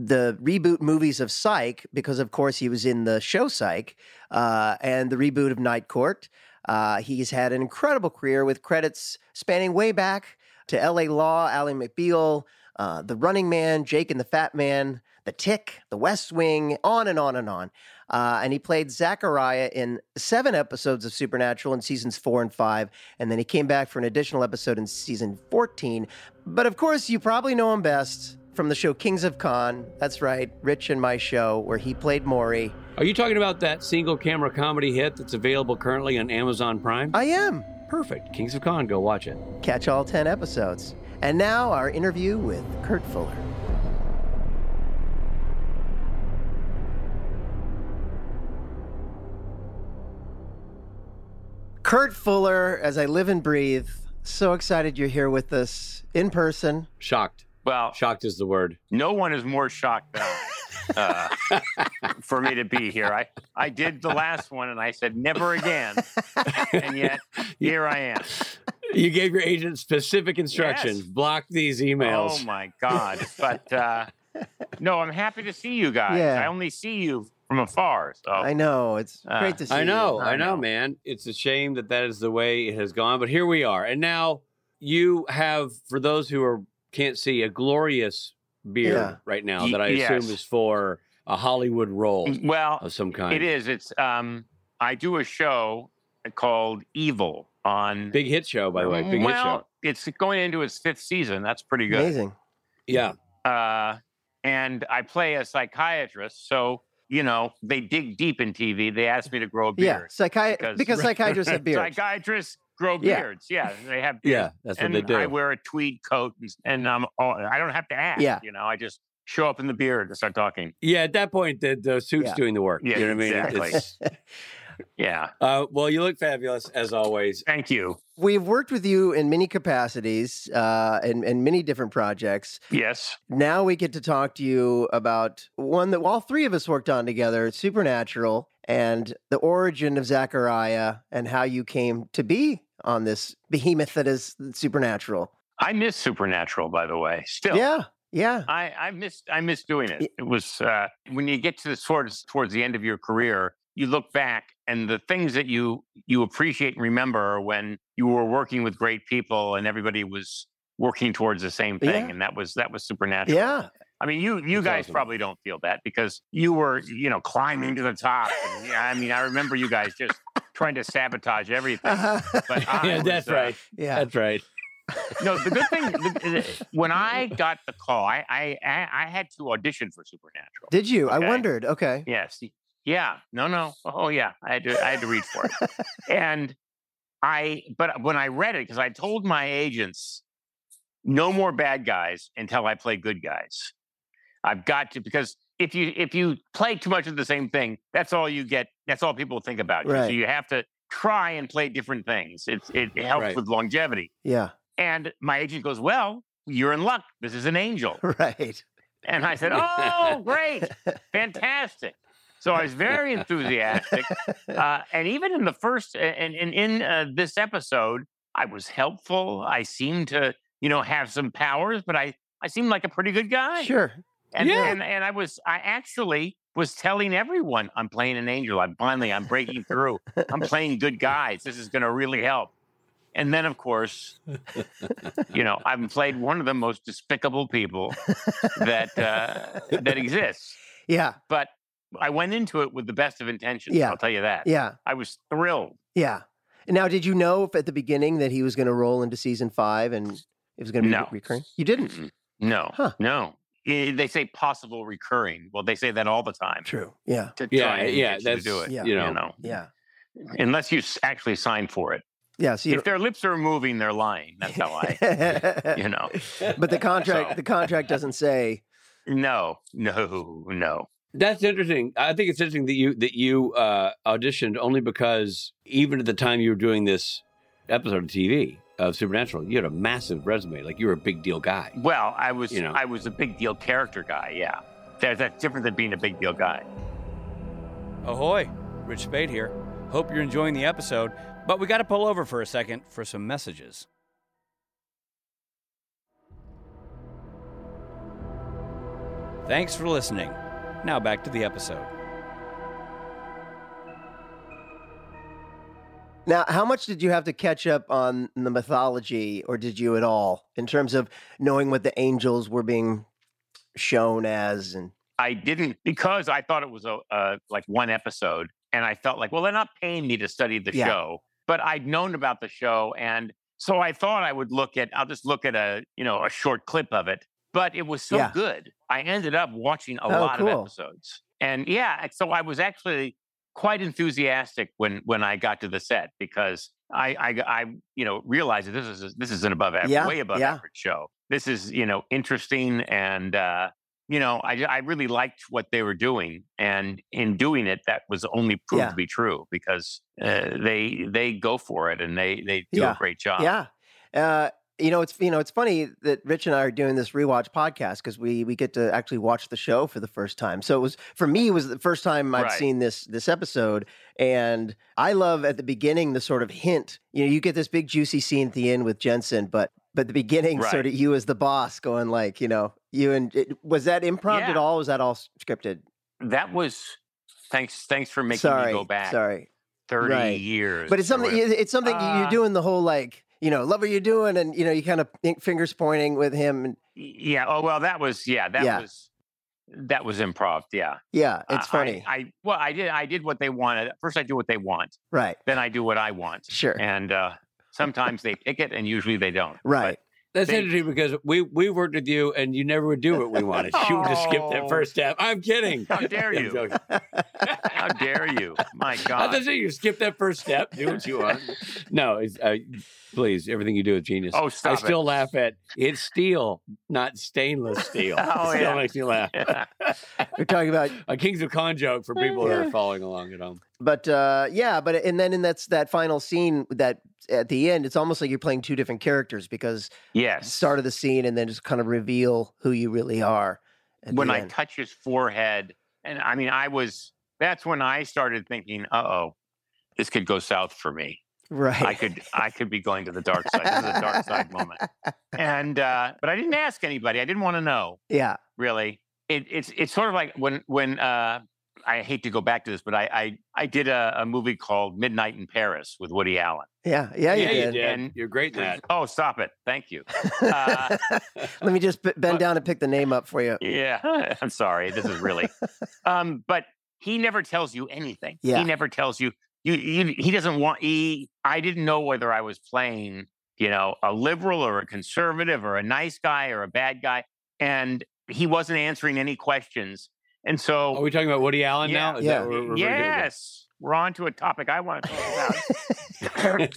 [SPEAKER 1] the reboot movies of Psych, because of course he was in the show Psych, uh, and the reboot of Night Court. Uh, he's had an incredible career with credits spanning way back to L.A. Law, Ally McBeal, uh, The Running Man, Jake and the Fat Man, The Tick, The West Wing, on and on and on. Uh, and he played Zachariah in seven episodes of Supernatural in seasons four and five. And then he came back for an additional episode in season 14. But of course, you probably know him best from the show Kings of Con. That's right, Rich and my show, where he played Maury.
[SPEAKER 2] Are you talking about that single camera comedy hit that's available currently on Amazon Prime?
[SPEAKER 1] I am.
[SPEAKER 2] Perfect. Kings of Con, go watch it.
[SPEAKER 1] Catch all 10 episodes. And now our interview with Kurt Fuller. Kurt Fuller, as I live and breathe, so excited you're here with us in person.
[SPEAKER 2] Shocked.
[SPEAKER 3] Well,
[SPEAKER 2] Shocked is the word.
[SPEAKER 3] no one is more shocked
[SPEAKER 2] (laughs)
[SPEAKER 3] than uh, for me to be here. I, I did the last one and I said never again,
[SPEAKER 2] (laughs)
[SPEAKER 3] and yet here I am.
[SPEAKER 2] You gave your agent specific instructions.
[SPEAKER 3] Yes.
[SPEAKER 2] Block these emails.
[SPEAKER 3] Oh my god! But uh, no, I'm happy to see you guys.
[SPEAKER 1] Yeah.
[SPEAKER 3] I only see you from afar, so
[SPEAKER 1] I know it's
[SPEAKER 3] Oh. Ah,
[SPEAKER 1] great to see.
[SPEAKER 2] I know,
[SPEAKER 1] you.
[SPEAKER 2] I
[SPEAKER 3] I
[SPEAKER 2] know,
[SPEAKER 3] know.
[SPEAKER 2] man. It's a shame that that is the way it has gone, but here we are. And now you have, for those who are can't see, a glorious beard
[SPEAKER 1] Yeah.
[SPEAKER 2] right now
[SPEAKER 3] Ye-
[SPEAKER 2] that I
[SPEAKER 3] yes.
[SPEAKER 2] assume is for a Hollywood role
[SPEAKER 3] Mm, well,
[SPEAKER 2] of some kind.
[SPEAKER 3] it is. It's um, I do a show called Evil on. Mm,
[SPEAKER 2] Big hit show, by the way. Big hit show.
[SPEAKER 3] well, it's going into its fifth season. That's pretty good.
[SPEAKER 1] Amazing.
[SPEAKER 2] Yeah.
[SPEAKER 3] uh, and I play a psychiatrist. So you know, they dig deep in TV. They asked me to grow a
[SPEAKER 1] Yeah,
[SPEAKER 3] beard.
[SPEAKER 1] psychiat- because,
[SPEAKER 3] because- (laughs)
[SPEAKER 1] psychiatrists have beards.
[SPEAKER 3] Psychiatrists grow
[SPEAKER 1] Yeah.
[SPEAKER 3] beards. Yeah, they have.
[SPEAKER 2] Yeah. That's
[SPEAKER 3] and
[SPEAKER 2] what they do.
[SPEAKER 3] I wear a tweed coat, and, and I'm all, I don't have to act.
[SPEAKER 1] Yeah.
[SPEAKER 3] you know, I just show up in the beard and start talking.
[SPEAKER 2] yeah. At that point, the, the suit's
[SPEAKER 1] Yeah.
[SPEAKER 2] doing the work.
[SPEAKER 3] Yeah,
[SPEAKER 2] you know what I mean?
[SPEAKER 3] exactly.
[SPEAKER 2] It's-
[SPEAKER 3] Yeah,
[SPEAKER 2] uh, well, you look fabulous as always.
[SPEAKER 3] thank you.
[SPEAKER 1] We've worked with you in many capacities uh, and, and many different projects.
[SPEAKER 3] Yes,
[SPEAKER 1] Now we get to talk to you about one that all three of us worked on together, Supernatural, and the origin of Zachariah and how you came to be on this (laughs) behemoth that is Supernatural.
[SPEAKER 3] I miss Supernatural, by the way. Still,
[SPEAKER 1] Yeah, yeah,
[SPEAKER 3] I, I missed I missed doing it. It was uh, when you get to the sort of towards the end of your career, you look back and the things that you you appreciate and remember are when you were working with great people and everybody was working towards the same thing,
[SPEAKER 1] Yeah.
[SPEAKER 3] and that was that was supernatural.
[SPEAKER 1] yeah.
[SPEAKER 3] I mean, you you
[SPEAKER 2] That's
[SPEAKER 3] guys
[SPEAKER 2] awesome.
[SPEAKER 3] probably don't feel that because you were you know climbing to the top. And, yeah, I mean, I remember you guys just trying to sabotage everything.
[SPEAKER 1] Uh-huh.
[SPEAKER 3] But
[SPEAKER 2] (laughs)
[SPEAKER 3] I
[SPEAKER 2] yeah,
[SPEAKER 3] was,
[SPEAKER 2] that's
[SPEAKER 3] uh,
[SPEAKER 2] right.
[SPEAKER 1] (laughs) yeah.
[SPEAKER 2] That's right.
[SPEAKER 3] no, the good thing the- the- when I got the call, I I I I had to audition for Supernatural.
[SPEAKER 1] Did you? I
[SPEAKER 3] okay.
[SPEAKER 1] wondered. Okay.
[SPEAKER 3] Yes. y- Yeah. No, no. Oh, yeah. I had to, I had to
[SPEAKER 1] (laughs)
[SPEAKER 3] read for it. and I, but when I read it, because I told my agents, no more bad guys until I play good guys. I've got to, because if you, if you play too much of the same thing, that's all you get. That's all people think about you. So
[SPEAKER 1] Right.
[SPEAKER 3] you have to try and play different things. It, it helps
[SPEAKER 2] Right.
[SPEAKER 3] with longevity.
[SPEAKER 1] Yeah. (laughs)
[SPEAKER 3] And my agent goes, well, you're in luck. This is an angel.
[SPEAKER 1] Right.
[SPEAKER 3] And I said, Oh, great. Fantastic. So I was very enthusiastic. Uh, and even in the first, and, and in uh, this episode, I was helpful. I seemed to, you know, have some powers, but I, I seemed like a pretty good guy.
[SPEAKER 1] Sure.
[SPEAKER 3] And,
[SPEAKER 2] Yeah.
[SPEAKER 3] and, and I was, I actually was telling everyone, I'm playing an angel. I'm finally, I'm breaking through. I'm playing good guys. This is going to really help. And then, of course, you know, I've played one of the most despicable people that uh, that exists.
[SPEAKER 1] Yeah.
[SPEAKER 3] But I went into it with the best of intentions.
[SPEAKER 1] Yeah.
[SPEAKER 3] I'll tell you that.
[SPEAKER 1] Yeah.
[SPEAKER 3] I was thrilled.
[SPEAKER 1] Yeah. Now, did you know if at the beginning that he was going to roll into season five and it was going to be
[SPEAKER 3] No.
[SPEAKER 1] recurring? You didn't.
[SPEAKER 3] Mm-mm. No,
[SPEAKER 1] Huh.
[SPEAKER 3] no. I- they say possible recurring. Well, they say that all the time.
[SPEAKER 1] True. Yeah.
[SPEAKER 3] To
[SPEAKER 2] Yeah,
[SPEAKER 3] try and
[SPEAKER 2] yeah,
[SPEAKER 3] get you to do
[SPEAKER 2] that's-
[SPEAKER 3] it.
[SPEAKER 1] yeah.
[SPEAKER 3] You
[SPEAKER 2] Yeah.
[SPEAKER 3] know,
[SPEAKER 1] Yeah.
[SPEAKER 3] unless you s- actually sign for it.
[SPEAKER 1] Yeah. So you
[SPEAKER 3] if their lips are moving, they're lying. That's
[SPEAKER 1] (laughs)
[SPEAKER 2] (laughs)
[SPEAKER 3] how I,
[SPEAKER 1] don't-
[SPEAKER 3] you know.
[SPEAKER 1] but the contract,
[SPEAKER 3] So-
[SPEAKER 1] the contract doesn't say.
[SPEAKER 3] No, no, no.
[SPEAKER 2] That's interesting. I think it's interesting that you that you uh, auditioned only because even at the time you were doing this episode of TV of Supernatural, you had a massive resume. Like you were a big deal guy.
[SPEAKER 3] Well, I was,
[SPEAKER 2] You know.
[SPEAKER 3] I was a big deal character guy. Yeah, that, that's different than being a big deal guy.
[SPEAKER 4] Ahoy, Rich Spade here. Hope you're enjoying the episode, but we got to pull over for a second for some messages. Thanks for listening. Now back to the episode.
[SPEAKER 1] Now, how much did you have to catch up on the mythology, or did you at all, in terms of knowing what the angels were being shown as? And
[SPEAKER 3] I didn't because I thought it was a uh, like one episode, and I felt like, well, they're not paying me to study the
[SPEAKER 1] Yeah.
[SPEAKER 3] show, but I'd known about the show, and so I thought I would look at. I'll just look at a you know a short clip of it, but it was so
[SPEAKER 1] Yeah.
[SPEAKER 3] good, I ended up watching a
[SPEAKER 1] Oh,
[SPEAKER 3] lot
[SPEAKER 1] cool.
[SPEAKER 3] of episodes, and yeah, so I was actually quite enthusiastic when when I got to the set because I, I, I, you know, realize that this is this is an above average,
[SPEAKER 1] Yeah,
[SPEAKER 3] way above
[SPEAKER 1] yeah.
[SPEAKER 3] average show. This is you know interesting, and uh, you know, I, I really liked what they were doing, and in doing it, that was only proved
[SPEAKER 1] Yeah.
[SPEAKER 3] to be true because uh, they they go for it and they they do
[SPEAKER 1] Yeah,
[SPEAKER 3] a great job.
[SPEAKER 1] Yeah. Uh, you know, it's you know, it's funny that Rich and I are doing this rewatch podcast because we we get to actually watch the show for the first time. So it was for me it was the first time I've
[SPEAKER 3] Right.
[SPEAKER 1] seen this this episode, and I love at the beginning the sort of hint. You know, you get this big juicy scene at the end with Jensen, but but the beginning
[SPEAKER 3] Right.
[SPEAKER 1] sort of you as the boss going like you know you and it, was that improv at
[SPEAKER 3] Yeah.
[SPEAKER 1] all? Was that all scripted?
[SPEAKER 3] That was thanks thanks for making
[SPEAKER 1] sorry,
[SPEAKER 3] me go back
[SPEAKER 1] Sorry,
[SPEAKER 3] thirty
[SPEAKER 1] Right.
[SPEAKER 3] years.
[SPEAKER 1] But it's
[SPEAKER 3] or
[SPEAKER 1] something.
[SPEAKER 3] whatever.
[SPEAKER 1] It's something you- you're
[SPEAKER 3] Uh,
[SPEAKER 1] doing the whole like you know love what you're doing, and you know you kind of fingers pointing with him, and
[SPEAKER 3] yeah. Oh well, that was yeah. That
[SPEAKER 1] Yeah.
[SPEAKER 3] was that was improv. Yeah.
[SPEAKER 1] yeah,
[SPEAKER 3] I-
[SPEAKER 1] it's
[SPEAKER 3] I-
[SPEAKER 1] funny,
[SPEAKER 3] I, well, I did. I did what they wanted. First, I do what they want.
[SPEAKER 1] right?
[SPEAKER 3] Then I do what I want.
[SPEAKER 1] Sure,
[SPEAKER 3] And uh, sometimes they pick it, and usually they don't. But-
[SPEAKER 1] right.
[SPEAKER 2] That's
[SPEAKER 3] They-
[SPEAKER 2] interesting because we we worked with you and you never would do what we (laughs) wanted. You would just skip that
[SPEAKER 3] Oh.
[SPEAKER 2] first step. I'm kidding.
[SPEAKER 3] How dare
[SPEAKER 2] I'm
[SPEAKER 3] you.
[SPEAKER 2] joking. (laughs)
[SPEAKER 3] How dare you?
[SPEAKER 1] (laughs)
[SPEAKER 3] My
[SPEAKER 2] I thought
[SPEAKER 3] God.
[SPEAKER 2] you you skip that first step, do what you want. (laughs) no, it's, uh, please, everything you do is genius.
[SPEAKER 3] Oh, stop
[SPEAKER 2] I
[SPEAKER 3] it.
[SPEAKER 2] still laugh at it's steel, not
[SPEAKER 3] (laughs)
[SPEAKER 2] stainless steel.
[SPEAKER 3] Oh,
[SPEAKER 2] it still
[SPEAKER 3] yeah.
[SPEAKER 2] makes me laugh.
[SPEAKER 1] We're talking about,
[SPEAKER 2] A Kings of Con joke for people who are following along at home.
[SPEAKER 1] but uh, yeah, but and then in that's that final scene that at the end, it's almost like you're playing two different characters because
[SPEAKER 3] yes.
[SPEAKER 1] start of the scene and then just kind of reveal who you really are. at
[SPEAKER 3] when
[SPEAKER 1] the
[SPEAKER 3] I
[SPEAKER 1] end.
[SPEAKER 3] touch his forehead, and I mean, I was. That's when I started thinking, "Uh oh, this could go south for me.
[SPEAKER 1] right,
[SPEAKER 3] I could, I could be going to the dark side. This is a dark side moment." And uh, but I didn't ask anybody. I didn't want to know.
[SPEAKER 1] (laughs) yeah,
[SPEAKER 3] really. It, it's it's sort of like when when uh, I hate to go back to this, but I I, I did a, a movie called Midnight in Paris with Woody Allen.
[SPEAKER 1] yeah, yeah. You
[SPEAKER 2] yeah,
[SPEAKER 1] did. (laughs)
[SPEAKER 2] you
[SPEAKER 3] And-
[SPEAKER 2] are great in that.
[SPEAKER 3] Oh, stop it! Thank you. Uh,
[SPEAKER 1] Let me just b- bend down and pick the name up for you.
[SPEAKER 3] yeah, (laughs) I'm sorry. This is really. Um, but he never tells you anything.
[SPEAKER 1] Yeah.
[SPEAKER 3] He never tells you. You, you he doesn't want. He I didn't know whether I was playing you know a liberal or a conservative or a nice guy or a bad guy, and he wasn't answering any questions. And so
[SPEAKER 2] Are we talking about Woody Allen
[SPEAKER 3] Yeah.
[SPEAKER 2] now? Is
[SPEAKER 1] Yeah.
[SPEAKER 2] that what we're- we're doing?
[SPEAKER 3] yes, we're on to a topic I want to talk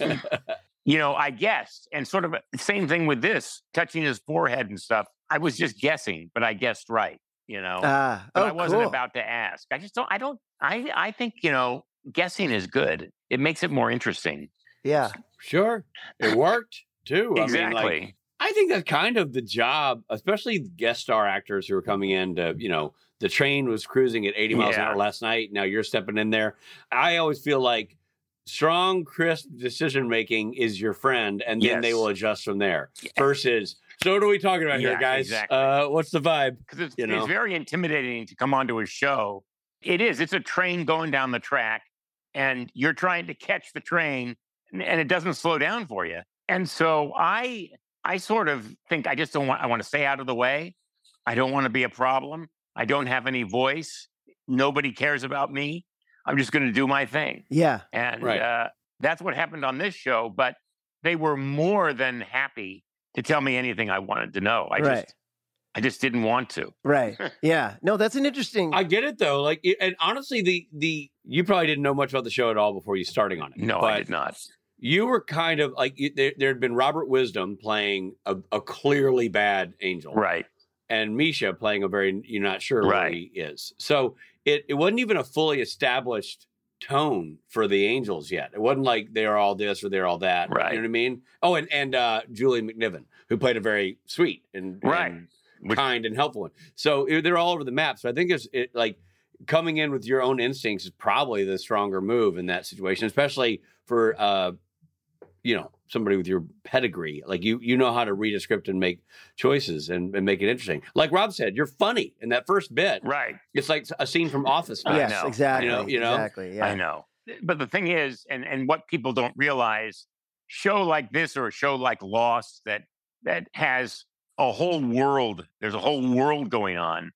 [SPEAKER 2] (laughs)
[SPEAKER 3] about. you know, I guessed, and sort of uh, same thing with this, touching his forehead and stuff. I was just guessing, but I guessed right. You know,
[SPEAKER 1] Ah,
[SPEAKER 3] but
[SPEAKER 1] oh,
[SPEAKER 3] I wasn't
[SPEAKER 1] cool.
[SPEAKER 3] about to ask. I just don't. I don't. I I think you know, guessing is good. It makes it more interesting.
[SPEAKER 1] Yeah,
[SPEAKER 2] Sure. It worked too. I mean,
[SPEAKER 3] exactly.
[SPEAKER 2] like, I think that's kind of the job, especially guest star actors who are coming in to, you know, the train was cruising at 80 miles an
[SPEAKER 3] Yeah.
[SPEAKER 2] hour last night. Now you're stepping in there. I always feel like strong, crisp decision making is your friend, and then they
[SPEAKER 3] Yes.
[SPEAKER 2] will adjust from there. Versus, so what are we talking about here,
[SPEAKER 3] Yeah,
[SPEAKER 2] guys?
[SPEAKER 3] exactly.
[SPEAKER 2] Uh, what's the vibe?
[SPEAKER 3] because it's,
[SPEAKER 2] you know?
[SPEAKER 3] it's very intimidating to come onto a show. It is. It's a train going down the track, and you're trying to catch the train, and, and it doesn't slow down for you. And so I, I sort of think I just don't want. I want to stay out of the way. I don't want to be a problem. I don't have any voice. Nobody cares about me. I'm just going to do my thing.
[SPEAKER 1] yeah.
[SPEAKER 3] And
[SPEAKER 2] Right.
[SPEAKER 3] uh, that's what happened on this show. But they were more than happy to tell me anything I wanted to know. I
[SPEAKER 1] Right.
[SPEAKER 3] just, I just didn't want to.
[SPEAKER 1] Right. Yeah. No, that's an interesting.
[SPEAKER 2] I get it though. Like, it- and honestly, the the you probably didn't know much about the show at all before you starting on it.
[SPEAKER 3] No,
[SPEAKER 2] but
[SPEAKER 3] I did not.
[SPEAKER 2] you were kind of like you, there. There had been Robert Wisdom playing a, a clearly bad angel,
[SPEAKER 3] Right.
[SPEAKER 2] and Misha playing a very you're not sure what
[SPEAKER 3] Right.
[SPEAKER 2] he is. So it, it wasn't even a fully established tone for the Angels yet. It wasn't like they're all this or they're all that.
[SPEAKER 3] Right.
[SPEAKER 2] You know what I mean? Oh, and and uh, Julie McNiven, who played a very sweet and,
[SPEAKER 3] Right.
[SPEAKER 2] and
[SPEAKER 3] Which-
[SPEAKER 2] kind and helpful one. So it, they're all over the map. So I think it's it, like coming in with your own instincts is probably the stronger move in that situation, especially for uh, you know somebody with your pedigree. Like you you know how to read a script and make choices and, and make it interesting. Like Rob said, you're funny in that first bit.
[SPEAKER 3] Right.
[SPEAKER 2] It's like a scene from Office.
[SPEAKER 3] I
[SPEAKER 1] yes,
[SPEAKER 3] know.
[SPEAKER 1] exactly.
[SPEAKER 2] You know- you know?
[SPEAKER 1] exactly. Yeah.
[SPEAKER 3] I know. Eh, But the thing is, and and what people don't realize, show like this or a show like Lost that that has a whole world. There's a whole world going on,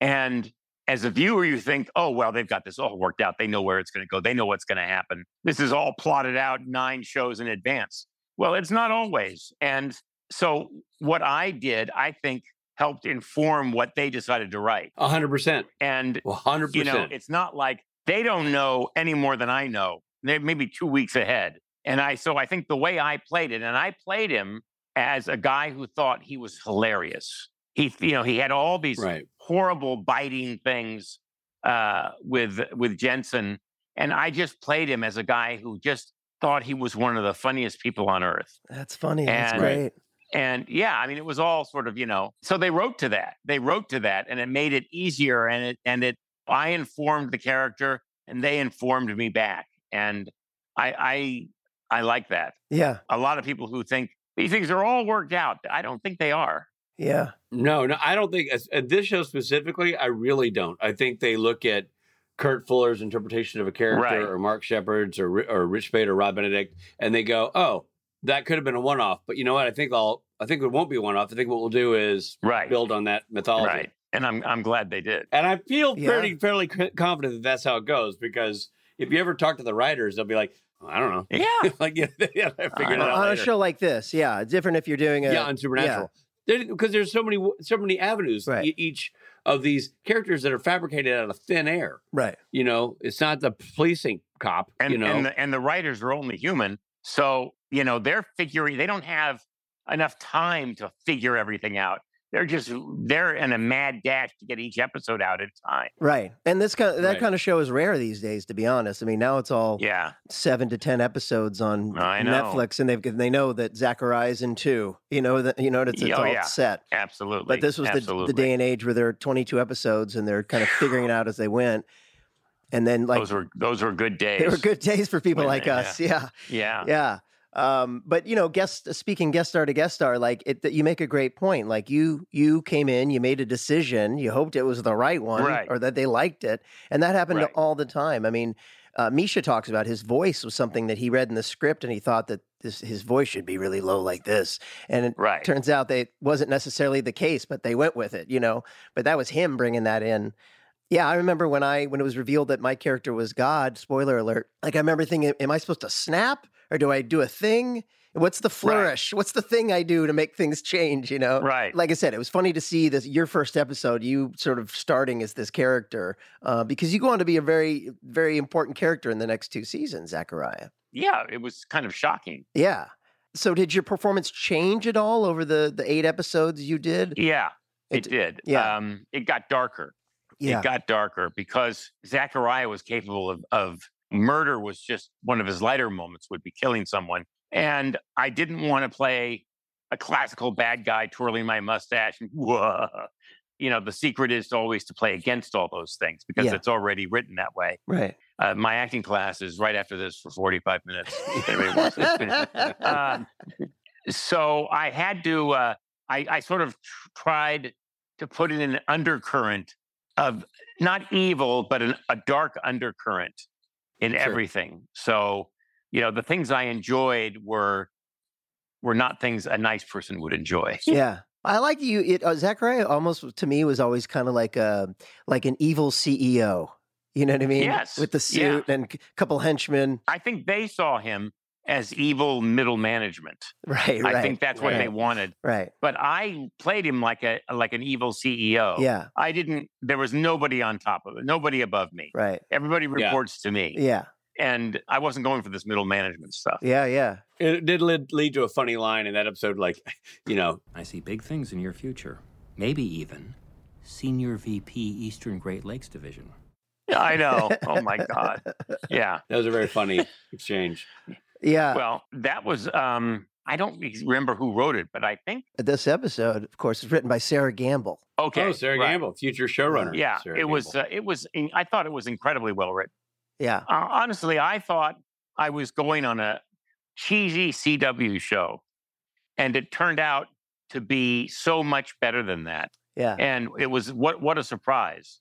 [SPEAKER 3] and as a viewer, you think, oh well, they've got this all worked out. They know where it's going to go. They know what's going to happen. This is all plotted out nine shows in advance. Well, it's not always. And so what I did, I think, helped inform what they decided to write.
[SPEAKER 2] hundred percent.
[SPEAKER 3] And
[SPEAKER 2] hundred
[SPEAKER 3] you know,
[SPEAKER 2] percent.
[SPEAKER 3] it's not like they don't know any more than I know. They're maybe two weeks ahead. And I so I think the way I played it, and I played him as a guy who thought he was hilarious. He you know he had all these
[SPEAKER 2] Right.
[SPEAKER 3] horrible biting things uh, with with Jensen, and I just played him as a guy who just thought he was one of the funniest people on earth.
[SPEAKER 1] That's funny. That's
[SPEAKER 3] And-
[SPEAKER 1] great.
[SPEAKER 3] And yeah, I mean, it was all sort of, you know, so they wrote to that. They wrote to that and it made it easier. And it, and it, I informed the character and they informed me back. And I, I, I like that.
[SPEAKER 1] Yeah.
[SPEAKER 3] A lot of people who think these things are all worked out, I don't think they are.
[SPEAKER 1] Yeah.
[SPEAKER 2] No, no, I don't think as- at this show specifically. I really don't. I think they look at Kurt Fuller's interpretation of a character,
[SPEAKER 3] Right.
[SPEAKER 2] or Mark Shepard's, or Ri- or Rich Bader, Rob Benedict, and they go, "Oh, that could have been a one-off." But you know what? I think I'll. I think it won't be a one-off. I think what we'll do is
[SPEAKER 3] Right.
[SPEAKER 2] build on that mythology.
[SPEAKER 3] Right. And I'm, I'm glad they did.
[SPEAKER 2] And I feel
[SPEAKER 1] Yeah.
[SPEAKER 2] pretty fairly c- confident that that's how it goes because if you ever talk to the writers, they'll be like, "I don't know."
[SPEAKER 3] Yeah.
[SPEAKER 2] (laughs) like yeah, they figured
[SPEAKER 3] I
[SPEAKER 2] it
[SPEAKER 1] On
[SPEAKER 3] know.
[SPEAKER 2] out
[SPEAKER 1] on a
[SPEAKER 2] later.
[SPEAKER 1] show like this, yeah, it's different if you're doing a
[SPEAKER 2] yeah, on Supernatural. Because there's so many so many avenues.
[SPEAKER 1] Right.
[SPEAKER 2] E- each of these characters that are fabricated out of thin air.
[SPEAKER 1] right.
[SPEAKER 2] You know, it's not the policing cop.
[SPEAKER 3] and
[SPEAKER 2] you know,
[SPEAKER 3] and, the, and the writers are only human so you know they're figuring they don't have enough time to figure everything out they're just they're in a mad dash to get each episode out at a time
[SPEAKER 1] Right. And this kind of, that
[SPEAKER 2] Right.
[SPEAKER 1] kind of show is rare these days, to be honest. I mean, now it's all
[SPEAKER 3] yeah
[SPEAKER 1] seven to ten episodes on
[SPEAKER 3] I know.
[SPEAKER 1] Netflix, and they've they know that Zachariah's in two. You know that you know it's, it's
[SPEAKER 3] Oh,
[SPEAKER 1] all
[SPEAKER 3] yeah.
[SPEAKER 1] set.
[SPEAKER 3] absolutely
[SPEAKER 1] But this was the, the
[SPEAKER 3] absolutely.
[SPEAKER 1] day and age where there are 22 episodes, and they're
[SPEAKER 3] (sighs)
[SPEAKER 1] kind of figuring it out as they went. And then like
[SPEAKER 3] those were those were good days
[SPEAKER 1] (laughs) they were good days for people
[SPEAKER 3] When
[SPEAKER 1] like
[SPEAKER 3] they-
[SPEAKER 1] us. Yeah.
[SPEAKER 3] yeah
[SPEAKER 1] yeah um but you know guest speaking guest star to guest star like it you make a great point like you you came in you made a decision you hoped it was the right one
[SPEAKER 3] Right.
[SPEAKER 1] or that they liked it and that happened
[SPEAKER 3] Right.
[SPEAKER 1] all the time i mean uh, misha talks about his voice was something that he read in the script and he thought that this, his voice should be really low like this and it
[SPEAKER 3] right
[SPEAKER 1] turns out that it wasn't necessarily the case but they went with it you know but that was him bringing that in yeah i remember when i when it was revealed that my character was god spoiler alert like i remember thinking am i supposed to snap or do i do a thing what's the flourish what's the thing i do to make things change you know
[SPEAKER 3] right
[SPEAKER 1] like i said it was funny to see this your first episode you sort of starting as this character uh, because you go on to be a very very important character in the next two seasons zachariah
[SPEAKER 3] yeah it was kind of shocking
[SPEAKER 1] yeah so did your performance change at all over the the eight episodes you did
[SPEAKER 3] yeah it,
[SPEAKER 1] It-
[SPEAKER 3] did
[SPEAKER 1] yeah.
[SPEAKER 3] um it got darker it got darker because Zachariah was capable of, of murder was just one of his lighter moments would be killing someone. And I didn't want to play a classical bad guy twirling my mustache and whoa. You know, the secret is always to play against all those things because
[SPEAKER 1] Yeah.
[SPEAKER 3] it's already written that way. (laughs)
[SPEAKER 1] right
[SPEAKER 3] Uh, my acting class is right after this for 45 minutes. (laughs) if anybody wants (laughs) it.
[SPEAKER 1] (laughs)
[SPEAKER 3] Uh, so I had to, uh, I, I sort of tr- tried to put in an undercurrent of not evil, but an, a dark undercurrent in
[SPEAKER 2] Sure.
[SPEAKER 3] everything. So, you know, the things I enjoyed were were not things a nice person would enjoy.
[SPEAKER 1] yeah i like you it uh, zachariah almost to me was always kind of like a like an evil ceo you know what i mean
[SPEAKER 3] Yes,
[SPEAKER 1] with the
[SPEAKER 3] yeah.
[SPEAKER 1] suit and a couple henchmen (laughs)
[SPEAKER 3] I think they saw him as evil middle management.
[SPEAKER 1] right right
[SPEAKER 3] I think that's what they wanted.
[SPEAKER 1] right
[SPEAKER 3] But I played him like a like an evil CEO.
[SPEAKER 1] yeah
[SPEAKER 3] I didn't. There was nobody on top of it. Nobody above me.
[SPEAKER 1] right
[SPEAKER 3] Everybody
[SPEAKER 2] Yeah.
[SPEAKER 3] reports to me.
[SPEAKER 1] yeah
[SPEAKER 3] and I wasn't going for this middle management stuff.
[SPEAKER 1] yeah yeah
[SPEAKER 2] it did lead, lead to a funny line in that episode. Like, (laughs) you know,
[SPEAKER 5] I see big things in your future. Maybe even Senior VP Eastern Great Lakes Division.
[SPEAKER 3] I know.
[SPEAKER 2] (laughs)
[SPEAKER 3] Oh my god. Yeah.
[SPEAKER 2] that was a very funny exchange. Uh,
[SPEAKER 1] yeah
[SPEAKER 3] Well, that was. um I don't ex- remember who wrote it, but I think
[SPEAKER 1] this episode of course is written by sarah gamble
[SPEAKER 3] okay.
[SPEAKER 2] oh, Sarah
[SPEAKER 3] right.
[SPEAKER 2] Gamble, future showrunner.
[SPEAKER 3] Yeah,
[SPEAKER 2] Sarah
[SPEAKER 3] it was.
[SPEAKER 2] Gamble.
[SPEAKER 3] Uh, it was. in- I thought it was incredibly well written.
[SPEAKER 1] yeah
[SPEAKER 3] Uh, honestly, I thought I was going on a cheesy CW show, and it turned out to be so much better than that.
[SPEAKER 1] yeah
[SPEAKER 3] and it was what what a surprise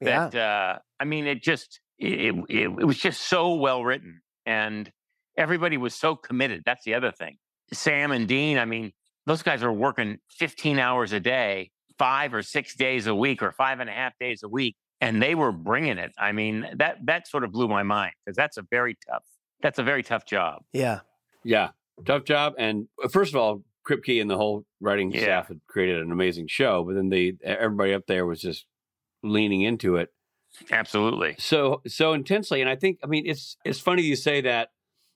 [SPEAKER 1] yeah
[SPEAKER 3] that uh, I mean it just it, it it was just so well written and everybody was so committed. That's the other thing. Sam and Dean, I mean, those guys are working 15 hours a day, five or six days a week, or five and a half days a week, and they were bringing it. I mean that that sort of blew my mind because that's a very tough that's a very tough job.
[SPEAKER 1] yeah
[SPEAKER 2] Yeah, tough job. And uh, first of all, Kripke and the whole writing
[SPEAKER 3] Yeah.
[SPEAKER 2] staff had created an amazing show, but then the everybody up there was just leaning into it
[SPEAKER 3] Absolutely.
[SPEAKER 2] so so intensely. And I think, I mean, it's it's funny you say that.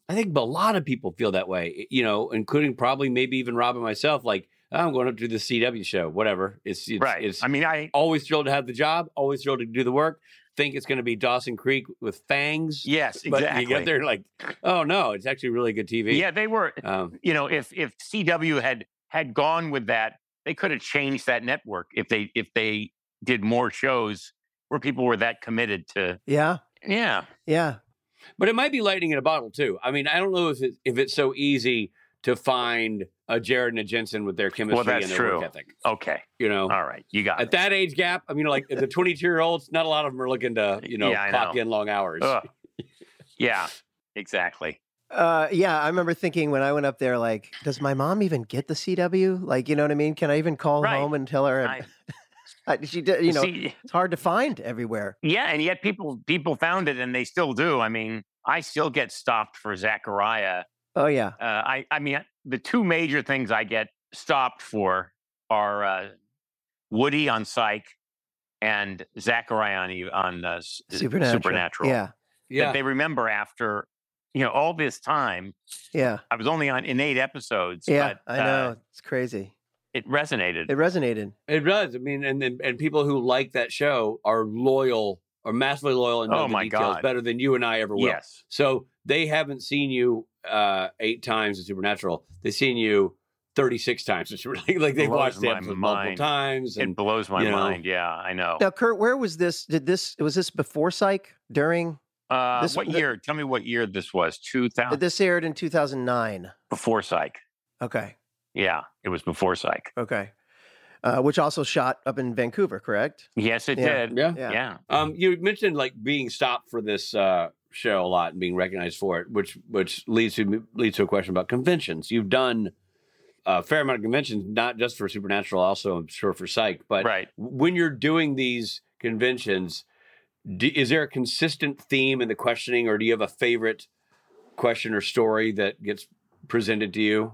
[SPEAKER 2] I think a lot of people feel that way, you know, including probably maybe even Rob and myself. Like, "Oh, I'm going up to the CW show, whatever. It's, it's
[SPEAKER 3] right.
[SPEAKER 2] It's
[SPEAKER 3] I mean, I
[SPEAKER 2] always thrilled to have the job, always thrilled to do the work. Think it's going to be Dawson Creek with fangs.
[SPEAKER 3] yes,
[SPEAKER 2] But
[SPEAKER 3] exactly.
[SPEAKER 2] you get there like, oh no, it's actually really good TV.
[SPEAKER 3] yeah, they were.
[SPEAKER 2] Um,
[SPEAKER 3] You know, if if CW had had gone with that, they could have changed that network if they if they did more shows where people were that committed to.
[SPEAKER 1] Yeah.
[SPEAKER 3] Yeah,
[SPEAKER 1] Yeah.
[SPEAKER 2] but it might be lightning in a bottle too. I mean, I don't know if it, if it's so easy to find a Jared and a Jensen with their chemistry
[SPEAKER 3] that's
[SPEAKER 2] and their
[SPEAKER 3] true.
[SPEAKER 2] work ethic.
[SPEAKER 3] okay,
[SPEAKER 2] You know,
[SPEAKER 3] all right, you got
[SPEAKER 2] at
[SPEAKER 3] it.
[SPEAKER 2] that age gap, I mean, like the 22 year olds, not a lot of them are looking to, you know,
[SPEAKER 3] Yeah, I
[SPEAKER 2] clock
[SPEAKER 3] know.
[SPEAKER 2] in long hours.
[SPEAKER 3] Ugh. Yeah, exactly.
[SPEAKER 1] Uh, yeah, I remember thinking when I went up there, like, does my mom even get the CW? Like, you know what I mean? Can I even call
[SPEAKER 3] Right.
[SPEAKER 1] home and tell her?
[SPEAKER 3] I-
[SPEAKER 1] I- she did, you know,
[SPEAKER 3] See,
[SPEAKER 1] it's hard to find everywhere.
[SPEAKER 3] Yeah, and yet people people found it, and they still do. I mean, I still get stopped for Zachariah.
[SPEAKER 1] Oh yeah,
[SPEAKER 3] Uh, I I mean, the two major things I get stopped for are uh, Woody on Psych and Zachariah on Eve- on uh, s-
[SPEAKER 1] supernatural.
[SPEAKER 3] Supernatural.
[SPEAKER 1] Yeah,
[SPEAKER 3] that
[SPEAKER 2] Yeah.
[SPEAKER 3] they remember after you know all this time.
[SPEAKER 1] yeah,
[SPEAKER 3] I was only on in eight episodes.
[SPEAKER 1] yeah.
[SPEAKER 3] but,
[SPEAKER 1] I
[SPEAKER 3] uh,
[SPEAKER 1] know it's crazy.
[SPEAKER 3] it resonated.
[SPEAKER 1] It resonated.
[SPEAKER 2] It does. I mean, and, and and people who like that show are loyal, are massively loyal, and know
[SPEAKER 3] Oh
[SPEAKER 2] the
[SPEAKER 3] my
[SPEAKER 2] details
[SPEAKER 3] God.
[SPEAKER 2] better than you and I ever will.
[SPEAKER 3] yes,
[SPEAKER 2] So they haven't seen you uh, eight times in Supernatural. They've seen you thirty six times. It's really (laughs) like they've
[SPEAKER 3] Blows
[SPEAKER 2] watched the
[SPEAKER 3] my
[SPEAKER 2] episode multiple
[SPEAKER 3] mind.
[SPEAKER 2] times.
[SPEAKER 3] it
[SPEAKER 2] And
[SPEAKER 3] blows my
[SPEAKER 2] you know.
[SPEAKER 3] mind. Yeah, I know.
[SPEAKER 1] Now, Kurt, where was this? Did this? Was this before Psych? During?
[SPEAKER 3] Uh,
[SPEAKER 1] this-
[SPEAKER 3] what
[SPEAKER 1] the-
[SPEAKER 3] year? Tell me what year this was. Two thousand
[SPEAKER 1] This aired in two thousand nine.
[SPEAKER 3] before Psych.
[SPEAKER 1] Okay,
[SPEAKER 3] Yeah, it was before Psych.
[SPEAKER 1] okay. Uh, which also shot up in Vancouver, correct?
[SPEAKER 3] Yes, it
[SPEAKER 1] Yeah.
[SPEAKER 3] did.
[SPEAKER 2] yeah.
[SPEAKER 1] Yeah.
[SPEAKER 3] Yeah.
[SPEAKER 2] Um, you mentioned like being stopped for this uh, show a lot and being recognized for it, which which leads to leads to a question about conventions. You've done a fair amount of conventions, not just for Supernatural, also I'm sure for Psych. But
[SPEAKER 3] right.
[SPEAKER 2] when you're doing these conventions, do, is there a consistent theme in the questioning, or do you have a favorite question or story that gets presented to you?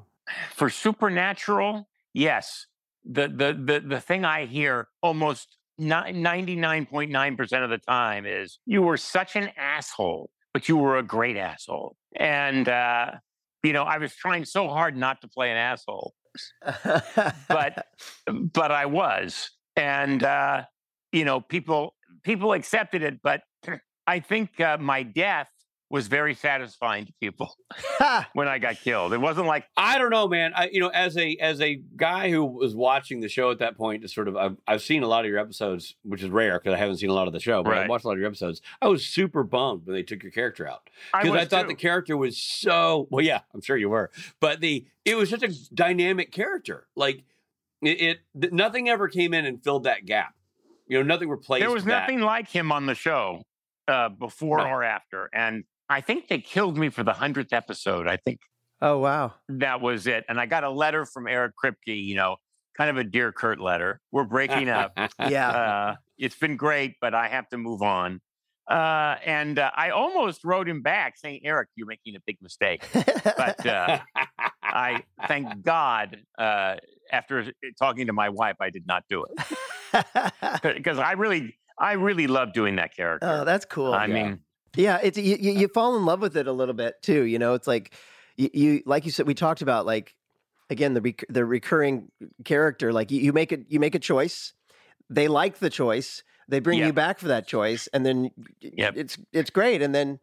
[SPEAKER 3] For Supernatural, yes. The the the the thing I hear almost ninety nine point nine percent of the time is you were such an asshole, but you were a great asshole. And uh, you know, I was trying so hard not to play an asshole,
[SPEAKER 2] (laughs)
[SPEAKER 3] but but I was, and uh, you know, people people accepted it. But (clears throat) I think uh, my death was very satisfying to people. (laughs)
[SPEAKER 1] Ha!
[SPEAKER 3] when I got killed. It wasn't like,
[SPEAKER 2] I don't know, man. I, you know, as a as a guy who was watching the show at that point, just sort of, I've, I've seen a lot of your episodes, which is rare because I haven't seen a lot of the show, but I
[SPEAKER 3] Right.
[SPEAKER 2] watched a lot of your episodes. I was super bummed when they took your character out
[SPEAKER 3] I,
[SPEAKER 2] because
[SPEAKER 3] was
[SPEAKER 2] I, thought the
[SPEAKER 3] too.
[SPEAKER 2] character was so well. Yeah, I'm sure you were, but the it was such a dynamic character. Like it, it th- nothing ever came in and filled that gap. You know, nothing replaced.
[SPEAKER 3] there was
[SPEAKER 2] that.
[SPEAKER 3] nothing like him on the show uh, before
[SPEAKER 2] No.
[SPEAKER 3] or after. And I think they killed me for the 100th episode. I think
[SPEAKER 1] (laughs) oh
[SPEAKER 3] (laughs)
[SPEAKER 1] wow.
[SPEAKER 3] that was it. And I got a letter from Eric Kripke, you know, kind of a Dear Kurt letter.
[SPEAKER 2] (laughs)
[SPEAKER 3] We're breaking up.
[SPEAKER 1] Yeah.
[SPEAKER 3] uh, it's been great, but I have to move on. Uh, and uh, I almost wrote him back saying, Eric, you're making a big mistake. But uh, I thank God, uh, after talking to my wife, I did not do it. (laughs) because I really, I really love doing that character.
[SPEAKER 1] (laughs) oh, that's cool.
[SPEAKER 3] I
[SPEAKER 2] yeah.
[SPEAKER 3] mean,
[SPEAKER 1] Yeah, it's you, you, you fall in love with it a little bit too. You know, it's like you, you like you said we talked about like again the rec- the recurring character. Like you, you make a you make a choice, they like the choice, they bring
[SPEAKER 3] Yeah.
[SPEAKER 1] you back for that choice, and then y-
[SPEAKER 3] Yep.
[SPEAKER 1] it's it's great, and then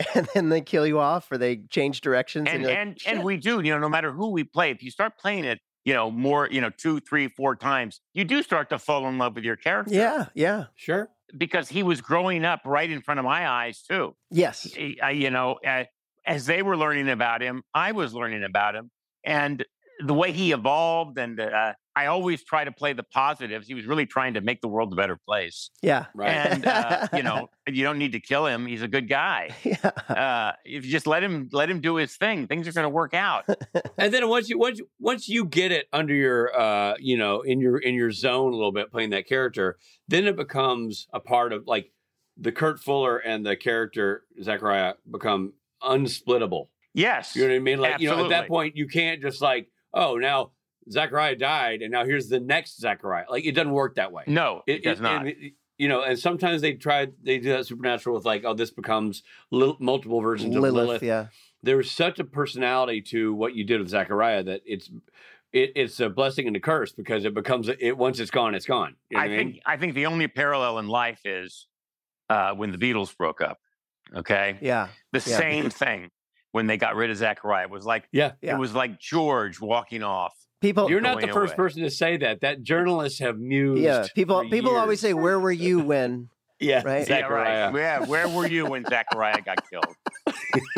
[SPEAKER 1] (laughs) and then they kill you off or they change directions.
[SPEAKER 3] and
[SPEAKER 1] you're like,
[SPEAKER 3] and and we do, you know, no matter who we play, if you start playing it, you know, more, you know, two, three, four times, you do start to fall in love with your character.
[SPEAKER 1] yeah, yeah,
[SPEAKER 2] sure.
[SPEAKER 3] because he was growing up right in front of my eyes too.
[SPEAKER 1] yes,
[SPEAKER 3] He- I, you know, uh, as they were learning about him, I was learning about him, and the way he evolved, and uh, I always try to play the positives. He was really trying to make the world a better place.
[SPEAKER 1] yeah, (laughs)
[SPEAKER 2] Right.
[SPEAKER 3] and uh, you know you don't need to kill him he's a good
[SPEAKER 1] (laughs)
[SPEAKER 3] guy
[SPEAKER 1] yeah,
[SPEAKER 3] uh, if you just let him let him do his thing things are going to work out
[SPEAKER 2] and then once you once you, once you get it under your uh you know in your in your zone a little bit playing that character then it becomes a part of like the kurt fuller and the character zachariah become unsplittable
[SPEAKER 3] yes
[SPEAKER 2] you know what i mean like you know at that
[SPEAKER 3] Absolutely.
[SPEAKER 2] point you can't just like oh now zachariah died and now here's the next zachariah like it doesn't work that way
[SPEAKER 3] no it, does not
[SPEAKER 2] and it- you know, and sometimes they try they do that supernatural with like, oh, this becomes li- multiple versions of Lilith,
[SPEAKER 1] Lilith, yeah,
[SPEAKER 2] there was such a personality to what you did with Zachariah that it's it, it's a blessing and a curse because it becomes a- it once it's gone, it's gone. You know
[SPEAKER 3] I
[SPEAKER 2] what I mean?
[SPEAKER 3] think I think the only parallel in life is uh, when the Beatles broke up. Okay,
[SPEAKER 1] Yeah.
[SPEAKER 3] the
[SPEAKER 1] Yeah.
[SPEAKER 3] same thing when they got rid of Zachariah it was like
[SPEAKER 2] Yeah.
[SPEAKER 1] Yeah.
[SPEAKER 3] it was like George walking off.
[SPEAKER 1] People.
[SPEAKER 2] You're not the
[SPEAKER 3] going
[SPEAKER 2] first
[SPEAKER 3] away.
[SPEAKER 2] person to say that. That journalists have mused.
[SPEAKER 1] yeah. People.
[SPEAKER 2] for
[SPEAKER 1] People always
[SPEAKER 2] years.
[SPEAKER 1] say, "Where were you when?"
[SPEAKER 2] yeah,
[SPEAKER 1] right?
[SPEAKER 3] Yeah,
[SPEAKER 2] E, Zachariah.
[SPEAKER 1] (laughs)
[SPEAKER 3] right. Yeah, where were you when Zachariah got
[SPEAKER 2] (laughs)
[SPEAKER 3] killed?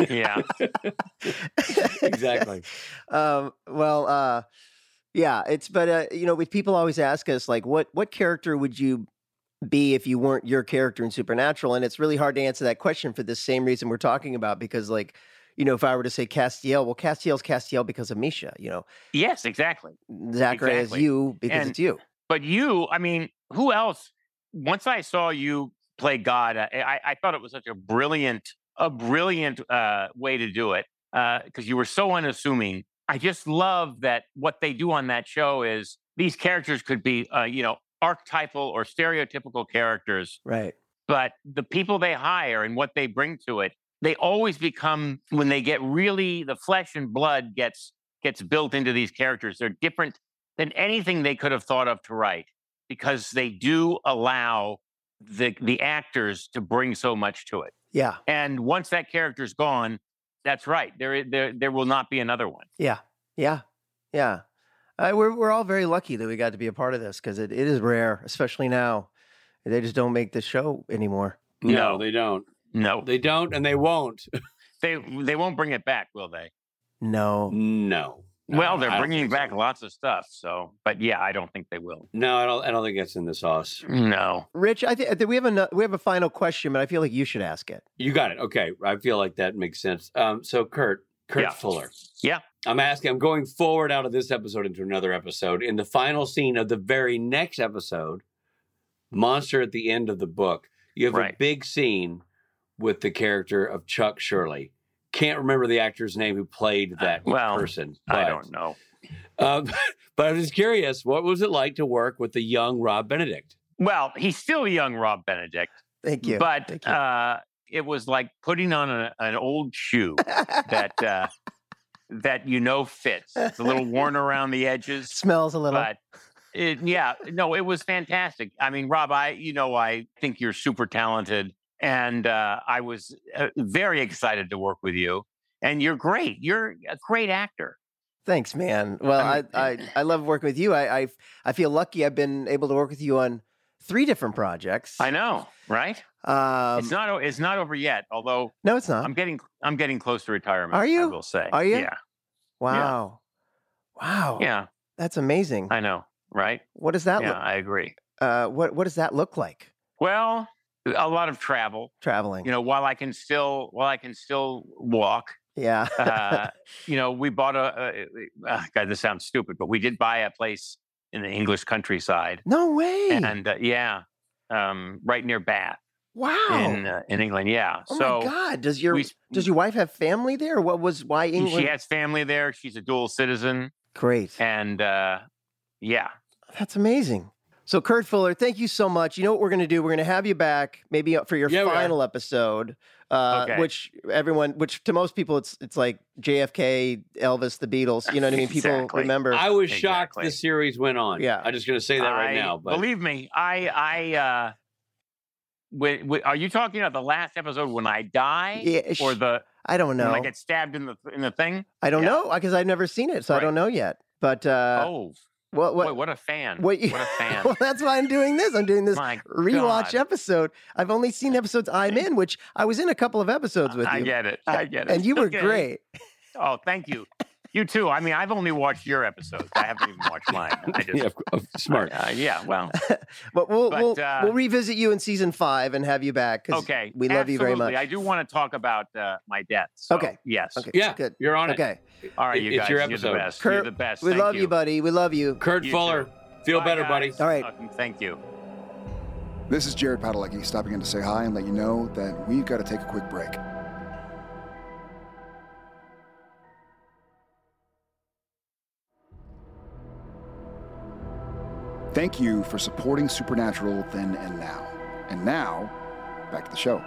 [SPEAKER 3] Yeah,
[SPEAKER 2] (laughs)
[SPEAKER 3] (laughs)
[SPEAKER 2] exactly.
[SPEAKER 1] um, well, uh, yeah, it's but uh, you know, with people always ask us like, what what character would you be if you weren't your character in Supernatural? And it's really hard to answer that question for the same reason we're talking about because like. You know, if I were to say Castiel, well, Castiel's Castiel because of Misha. You know,
[SPEAKER 3] yes, exactly.
[SPEAKER 1] Zachary
[SPEAKER 3] Exactly.
[SPEAKER 1] is you because
[SPEAKER 3] And-
[SPEAKER 1] it's you.
[SPEAKER 3] But you, I mean, who else? Once I saw you play God, I, I, I thought it was such a brilliant, a brilliant uh, way to do it because you were so unassuming. I just love that what they do on that show is these characters could be, uh, you know, archetypal or stereotypical characters,
[SPEAKER 1] Right.
[SPEAKER 3] but the people they hire and what they bring to it, they always become when they get really the flesh and blood gets gets built into these characters. They're different than anything they could have thought of to write because they do allow the the actors to bring so much to it.
[SPEAKER 1] Yeah.
[SPEAKER 3] And once that character's gone, that's right. There i- there there will not be another one.
[SPEAKER 1] Yeah. Yeah. Yeah. Uh, we're we're all very lucky that we got to be a part of this because it, it is rare, especially now. They just don't make the show anymore.
[SPEAKER 2] No,
[SPEAKER 3] No.
[SPEAKER 2] they don't.
[SPEAKER 3] No.
[SPEAKER 2] They don't, and they won't.
[SPEAKER 1] Oh.
[SPEAKER 3] They they won't bring it back, will they?
[SPEAKER 1] No.
[SPEAKER 2] No. No,
[SPEAKER 3] well,
[SPEAKER 2] I
[SPEAKER 3] they're
[SPEAKER 2] don't
[SPEAKER 3] bringing
[SPEAKER 2] think
[SPEAKER 3] back
[SPEAKER 2] so.
[SPEAKER 3] lots of stuff, so but yeah, I don't think they will.
[SPEAKER 2] No, I don't. I don't think that's in the sauce.
[SPEAKER 3] No.
[SPEAKER 1] Rich, I think we have a we have a final question, but I feel like you should ask it.
[SPEAKER 2] You got it. Okay, I feel like that makes sense. Um, so Kurt, Kurt
[SPEAKER 3] Yeah.
[SPEAKER 2] Fuller.
[SPEAKER 3] Yeah.
[SPEAKER 2] I'm asking. I'm going forward out of this episode into another episode. In the final scene of the very next episode, monster at the end of the book. You have a
[SPEAKER 3] Right.
[SPEAKER 2] big scene with the character of Chuck Shirley. Can't remember the actor's name who played that
[SPEAKER 3] well,
[SPEAKER 2] person.
[SPEAKER 3] I
[SPEAKER 2] but-
[SPEAKER 3] don't know.
[SPEAKER 2] Um, (laughs) but I'm just curious, what was it like to work with the young Rob Benedict?
[SPEAKER 3] Well, he's still young, Rob Benedict,
[SPEAKER 1] Thank you.
[SPEAKER 3] but
[SPEAKER 1] Thank you.
[SPEAKER 3] Uh, it was like putting on a, an old shoe that uh, that you know fits. It's a little worn around the
[SPEAKER 1] (laughs)
[SPEAKER 3] edges,
[SPEAKER 1] Smells a little.
[SPEAKER 3] but it, yeah, no, it was fantastic. I mean, Rob, I you know I think you're super talented, and uh, I was uh, very excited to work with you. And you're great. You're a great actor.
[SPEAKER 1] Thanks, man. Well, I,
[SPEAKER 3] mean- (laughs)
[SPEAKER 1] I I love working with you. I, I I feel lucky. I've been able to work with you on three different projects.
[SPEAKER 3] I know, right?
[SPEAKER 1] Um,
[SPEAKER 3] it's not. o- It's not over yet. Although
[SPEAKER 1] no, it's not.
[SPEAKER 3] I'm getting. I'm getting close to retirement.
[SPEAKER 1] Are
[SPEAKER 3] I
[SPEAKER 1] you?
[SPEAKER 3] will say.
[SPEAKER 1] Are you?
[SPEAKER 3] Yeah.
[SPEAKER 1] wow. Wow.
[SPEAKER 3] Yeah,
[SPEAKER 1] That's amazing.
[SPEAKER 3] I know, right?
[SPEAKER 1] what does that
[SPEAKER 3] yeah,
[SPEAKER 1] look?
[SPEAKER 3] I agree.
[SPEAKER 1] Uh, what what does that look like?
[SPEAKER 3] Well, a lot of travel.
[SPEAKER 1] Traveling.
[SPEAKER 3] You know, while I can still while I can still walk.
[SPEAKER 1] yeah.
[SPEAKER 3] Uh, you know, we bought a, a, uh God. This sounds stupid, but we did buy a place in the English countryside,
[SPEAKER 1] (laughs) No way.
[SPEAKER 3] and uh, yeah, um, right near Bath
[SPEAKER 1] wow.
[SPEAKER 3] in uh, in England. Yeah,
[SPEAKER 1] oh
[SPEAKER 3] so
[SPEAKER 1] my God. Does your
[SPEAKER 3] we s-
[SPEAKER 1] does your wife have family there? What was why England?
[SPEAKER 3] she has family there. She's a dual citizen,
[SPEAKER 1] Great.
[SPEAKER 3] and uh, yeah,
[SPEAKER 1] That's amazing. So, Kurt Fuller, thank you so much. You know what we're going to do? We're going to have you back maybe for your
[SPEAKER 2] Yeah, we are.
[SPEAKER 1] final episode, uh,
[SPEAKER 3] Okay.
[SPEAKER 1] which everyone, which to most people, it's it's like JFK, Elvis, the Beatles. You know what I mean? People
[SPEAKER 3] Exactly.
[SPEAKER 1] remember.
[SPEAKER 2] I was shocked
[SPEAKER 3] Exactly.
[SPEAKER 2] the series went on.
[SPEAKER 1] Yeah.
[SPEAKER 2] I'm just going to say that right
[SPEAKER 3] I-
[SPEAKER 2] now. But
[SPEAKER 3] believe me, I I uh, wi- wi- are you talking about the last episode when I die
[SPEAKER 1] Yeah,
[SPEAKER 3] or
[SPEAKER 1] sh-
[SPEAKER 3] the
[SPEAKER 1] I don't
[SPEAKER 3] when
[SPEAKER 1] know.
[SPEAKER 3] I get stabbed in the in the thing?
[SPEAKER 1] I don't
[SPEAKER 3] yeah.
[SPEAKER 1] know because I've never seen it, so I
[SPEAKER 3] Right.
[SPEAKER 1] don't know yet. But uh,
[SPEAKER 3] oh,
[SPEAKER 1] what
[SPEAKER 3] what,
[SPEAKER 1] what (laughs)
[SPEAKER 3] what a fan!
[SPEAKER 1] what, you, (laughs)
[SPEAKER 3] a fan!
[SPEAKER 1] well, that's why I'm doing this. I'm doing this
[SPEAKER 3] My
[SPEAKER 1] rewatch
[SPEAKER 3] God.
[SPEAKER 1] episode. I've only seen episodes I'm in, which I was in a couple of (laughs) episodes with you,
[SPEAKER 3] I get it. I get it.
[SPEAKER 1] and you were
[SPEAKER 3] Okay.
[SPEAKER 1] great.
[SPEAKER 3] Oh, thank you. You too. I mean, I've only watched your episodes. I haven't even watched mine.
[SPEAKER 2] (laughs)
[SPEAKER 3] I just,
[SPEAKER 2] yeah, of- of- smart.
[SPEAKER 3] uh, yeah. Well,
[SPEAKER 1] (laughs) But we'll
[SPEAKER 3] But,
[SPEAKER 1] we'll,
[SPEAKER 3] uh,
[SPEAKER 1] we'll revisit you in season five and have you back. 'cause
[SPEAKER 3] okay.
[SPEAKER 1] we love you very
[SPEAKER 3] absolutely.
[SPEAKER 1] much.
[SPEAKER 3] I do want to talk about uh, my death. so
[SPEAKER 1] Okay.
[SPEAKER 3] Yes.
[SPEAKER 1] Okay,
[SPEAKER 2] Yeah,
[SPEAKER 1] good.
[SPEAKER 2] you're on it.
[SPEAKER 1] Okay,
[SPEAKER 3] All right,
[SPEAKER 2] It-
[SPEAKER 3] you
[SPEAKER 2] it's
[SPEAKER 3] guys.
[SPEAKER 2] your
[SPEAKER 3] You're
[SPEAKER 2] episode.
[SPEAKER 3] the best.
[SPEAKER 1] Kurt,
[SPEAKER 3] you're the best.
[SPEAKER 1] we
[SPEAKER 3] Thank
[SPEAKER 1] love you. buddy. We love you.
[SPEAKER 2] Kurt
[SPEAKER 3] You too.
[SPEAKER 2] Fuller, feel
[SPEAKER 3] Bye,
[SPEAKER 2] better, buddy.
[SPEAKER 3] guys.
[SPEAKER 1] All right.
[SPEAKER 3] Fucking Thank you.
[SPEAKER 6] This is Jared Padalecki stopping in to say hi and let you know that we've got to take a quick break. Thank you for supporting Supernatural then and now. And now, back to the show.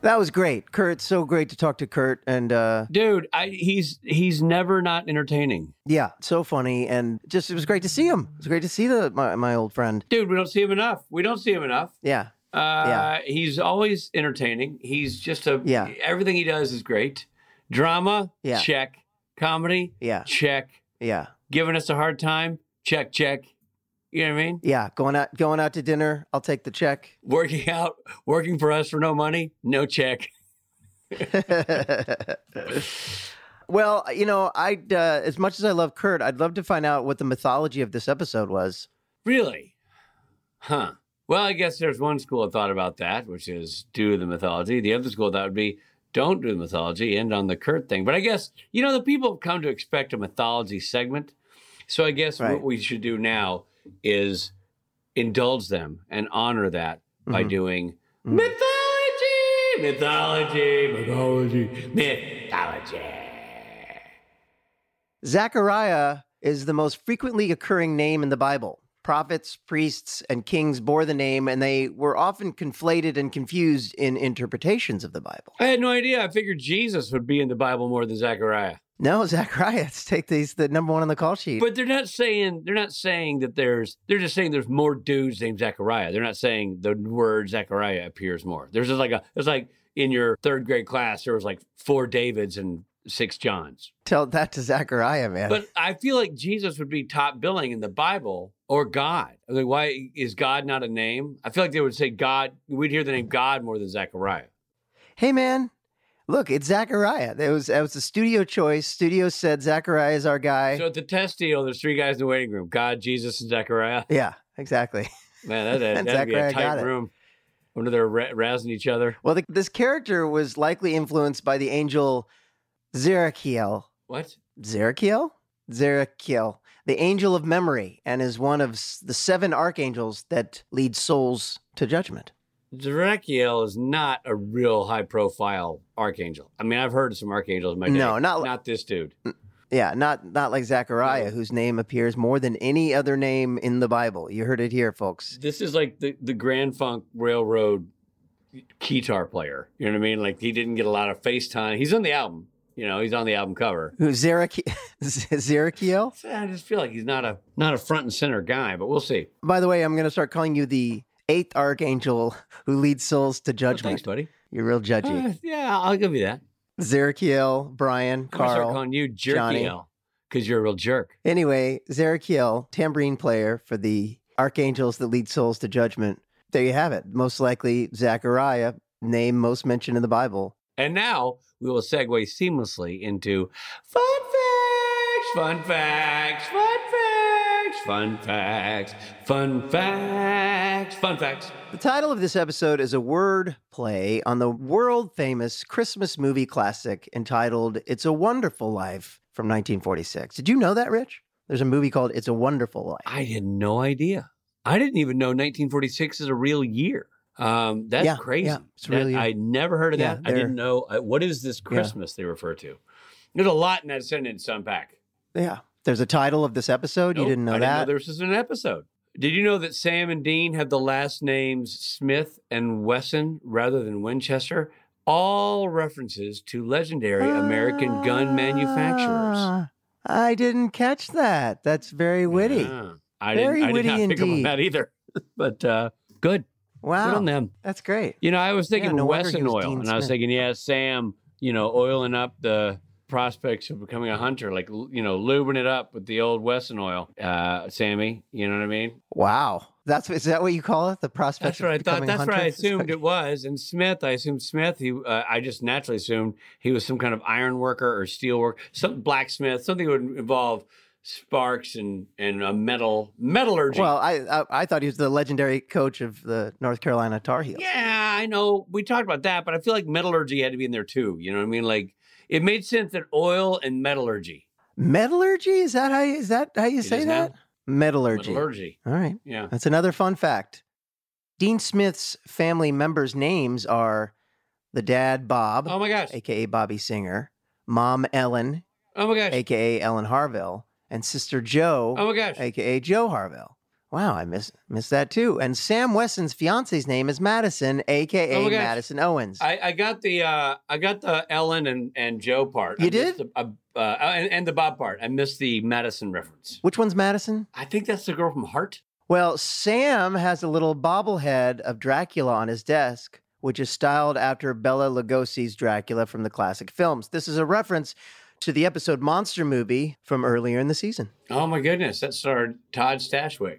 [SPEAKER 1] That was great, Kurt. So great to talk to Kurt, and uh,
[SPEAKER 2] Dude, I, he's he's never not entertaining.
[SPEAKER 1] yeah, so funny, and just it was great to see him. It was great to see the my, my old friend.
[SPEAKER 2] Dude, we don't see him enough. We don't see him enough.
[SPEAKER 1] Yeah,
[SPEAKER 2] Uh, he's always entertaining. He's just a
[SPEAKER 1] Yeah.
[SPEAKER 2] Everything he does is great. Drama,
[SPEAKER 1] Yeah.
[SPEAKER 2] check. Comedy,
[SPEAKER 1] yeah,
[SPEAKER 2] check.
[SPEAKER 1] yeah,
[SPEAKER 2] Giving us a hard time, check, check. You know what I mean?
[SPEAKER 1] yeah. Going out, going out to dinner. I'll take the check. (laughs)
[SPEAKER 2] Working out, working for us for no money, no check.
[SPEAKER 1] well, you know, I uh, as much as I love Kurt, I'd love to find out what the mythology of this episode was.
[SPEAKER 2] Really? Huh. Well, I guess there's one school of thought about that, which is do the mythology. The other school of thought would be don't do the mythology, end on the Kurt thing. But I guess, you know, the people have come to expect a mythology segment. So I guess
[SPEAKER 1] Right.
[SPEAKER 2] what we should do now is indulge them and honor that by
[SPEAKER 1] Mhm.
[SPEAKER 2] doing
[SPEAKER 1] Mhm.
[SPEAKER 2] mythology, mythology, mythology, mythology.
[SPEAKER 1] Zechariah is the most frequently occurring name in the Bible. Prophets, priests, and kings bore the name, and they were often conflated and confused in interpretations of the Bible.
[SPEAKER 2] I had no idea. I figured Jesus would be in the Bible more than Zechariah.
[SPEAKER 1] No, (laughs) Zechariah, let's take these the number one on the call sheet.
[SPEAKER 2] But they're not saying they're not saying that there's they're just saying there's more dudes named Zechariah. They're not saying the word Zechariah appears more. There's just like a it's like in your third grade class there was like four Davids and six Johns.
[SPEAKER 1] Tell that to Zechariah, man.
[SPEAKER 2] But I feel like Jesus would be top billing in the Bible or God. I mean, why is God not a name? I feel like they would say God. We'd hear the name God more than Zechariah.
[SPEAKER 1] hey, man, look, it's Zechariah. That was that was a studio choice. Studio said Zechariah is our guy.
[SPEAKER 2] So at the test deal, there's three guys in the waiting room: God, Jesus, and Zechariah.
[SPEAKER 1] yeah, exactly. (laughs)
[SPEAKER 2] Man, that,
[SPEAKER 1] And
[SPEAKER 2] that'd be
[SPEAKER 1] Zachariah
[SPEAKER 2] a
[SPEAKER 1] got
[SPEAKER 2] tight
[SPEAKER 1] it.
[SPEAKER 2] room. Under they're ra- razzing each other.
[SPEAKER 1] Well, the, this character was likely influenced by the angel Zerachiel.
[SPEAKER 2] What?
[SPEAKER 1] Zerachiel? Zerachiel, the angel of memory, and is one of s- the seven archangels that lead souls to judgment.
[SPEAKER 2] Zerachiel is not a real high profile archangel. I mean, I've heard of some archangels in my day.
[SPEAKER 1] No, not li-
[SPEAKER 2] not this dude.
[SPEAKER 1] Yeah, not not like Zechariah,
[SPEAKER 2] No.
[SPEAKER 1] whose name appears more than any other name in the Bible. You heard it here, folks.
[SPEAKER 2] This is like the, the Grand Funk Railroad guitar player. You know what I mean? Like he didn't get a lot of face time. He's on the album. You know, he's on the album cover.
[SPEAKER 1] Who (laughs) Zerachiel? Zerachiel?
[SPEAKER 2] So I just feel like he's not a not a front and center guy, but we'll see.
[SPEAKER 1] By the way, I'm going to start calling you the eighth archangel who leads souls to
[SPEAKER 2] Well, Oh, thanks,
[SPEAKER 1] judgment.
[SPEAKER 2] buddy.
[SPEAKER 1] You're real judgy.
[SPEAKER 2] (sighs) Uh, yeah, I'll give you that.
[SPEAKER 1] Zerachiel, Brian,
[SPEAKER 2] I'm gonna start
[SPEAKER 1] Carl.
[SPEAKER 2] calling you
[SPEAKER 1] Johnny.
[SPEAKER 2] Jerkiel because you're a real jerk.
[SPEAKER 1] Anyway, Zerachiel, tambourine player for the archangels that lead souls to judgment. There you have it. Most likely Zechariah, name most mentioned in the Bible.
[SPEAKER 2] And now we will segue seamlessly into fun facts, fun facts, fun facts, fun facts, fun facts, fun facts.
[SPEAKER 1] The title of this episode is a word play on the world famous Christmas movie classic entitled It's a Wonderful Life from 1946. Did you know that, Rich? There's a movie called It's a Wonderful Life.
[SPEAKER 2] I had no idea. I didn't even know 1946 is a real year. Um, that's
[SPEAKER 1] Yeah,
[SPEAKER 2] crazy.
[SPEAKER 1] yeah, it's a
[SPEAKER 2] That-
[SPEAKER 1] real year.
[SPEAKER 2] I never heard of
[SPEAKER 1] Yeah,
[SPEAKER 2] that. I didn't
[SPEAKER 1] they're-
[SPEAKER 2] know. I, what is this Christmas they refer to? There's a lot in that sentence to unpack.
[SPEAKER 1] yeah. There's a title of this episode.
[SPEAKER 2] Nope,
[SPEAKER 1] you didn't know
[SPEAKER 2] I
[SPEAKER 1] that?
[SPEAKER 2] Didn't know this was an episode. Did you know that Sam and Dean have the last names Smith and Wesson rather than Winchester? All references to legendary American gun manufacturers.
[SPEAKER 1] Ah, I didn't catch that. That's very witty.
[SPEAKER 2] Yeah. I
[SPEAKER 1] Very
[SPEAKER 2] didn't, I did
[SPEAKER 1] witty
[SPEAKER 2] not pick up on
[SPEAKER 1] indeed.
[SPEAKER 2] that either. (laughs) But uh, good. Good
[SPEAKER 1] Wow.
[SPEAKER 2] on them.
[SPEAKER 1] That's great.
[SPEAKER 2] You know, I was thinking
[SPEAKER 1] Yeah, no wonder he
[SPEAKER 2] Wesson
[SPEAKER 1] was
[SPEAKER 2] oil,
[SPEAKER 1] Dean
[SPEAKER 2] and I was
[SPEAKER 1] Smith.
[SPEAKER 2] thinking, yeah, Sam, you know, oiling up the prospects of becoming a hunter, like, l- you know, lubing it up with the old Wesson oil, uh, Sammy. You know what I mean?
[SPEAKER 1] Wow. That's is that what you call it? The prospect.
[SPEAKER 2] That's
[SPEAKER 1] of
[SPEAKER 2] what I thought.
[SPEAKER 1] becoming a
[SPEAKER 2] That's what I
[SPEAKER 1] hunter?
[SPEAKER 2] assumed it was. And Smith, I assumed Smith. He, uh, I just naturally assumed he was some kind of iron worker or steel worker, some blacksmith, something that would involve sparks and and uh, metal metallurgy.
[SPEAKER 1] Well, I, I I thought he was the legendary coach of the North Carolina Tar Heels.
[SPEAKER 2] yeah, I know we talked about that, but I feel like metallurgy had to be in there too. You know what I mean? Like it made sense that oil and metallurgy,
[SPEAKER 1] Metallurgy is that how you, is that how you
[SPEAKER 2] It
[SPEAKER 1] say
[SPEAKER 2] is now.
[SPEAKER 1] that? Metallurgy.
[SPEAKER 2] metallurgy.
[SPEAKER 1] All right.
[SPEAKER 2] Yeah,
[SPEAKER 1] That's another fun fact. Dean Smith's family members' names are the dad Bob,
[SPEAKER 2] Oh my gosh.
[SPEAKER 1] aka Bobby Singer, mom Ellen,
[SPEAKER 2] Oh my gosh.
[SPEAKER 1] aka Ellen Harville, and sister Joe,
[SPEAKER 2] Oh my gosh.
[SPEAKER 1] aka Joe Harville. Wow, I miss miss that too. And Sam Wesson's fiance's name is Madison,
[SPEAKER 2] Oh
[SPEAKER 1] aka
[SPEAKER 2] my gosh.
[SPEAKER 1] Madison Owens.
[SPEAKER 2] I, I got the uh, I got the Ellen and, and Joe part. I
[SPEAKER 1] You did?
[SPEAKER 2] missed The, uh, uh, and, and the Bob part. I missed the Madison reference.
[SPEAKER 1] Which one's Madison?
[SPEAKER 2] I think that's the girl from Heart.
[SPEAKER 1] Well, Sam has a little bobblehead of Dracula on his desk, which is styled after Bella Lugosi's Dracula from the classic films. This is a reference to the episode Monster Movie from earlier in the season.
[SPEAKER 2] Oh my goodness, that starred Todd Stashwick.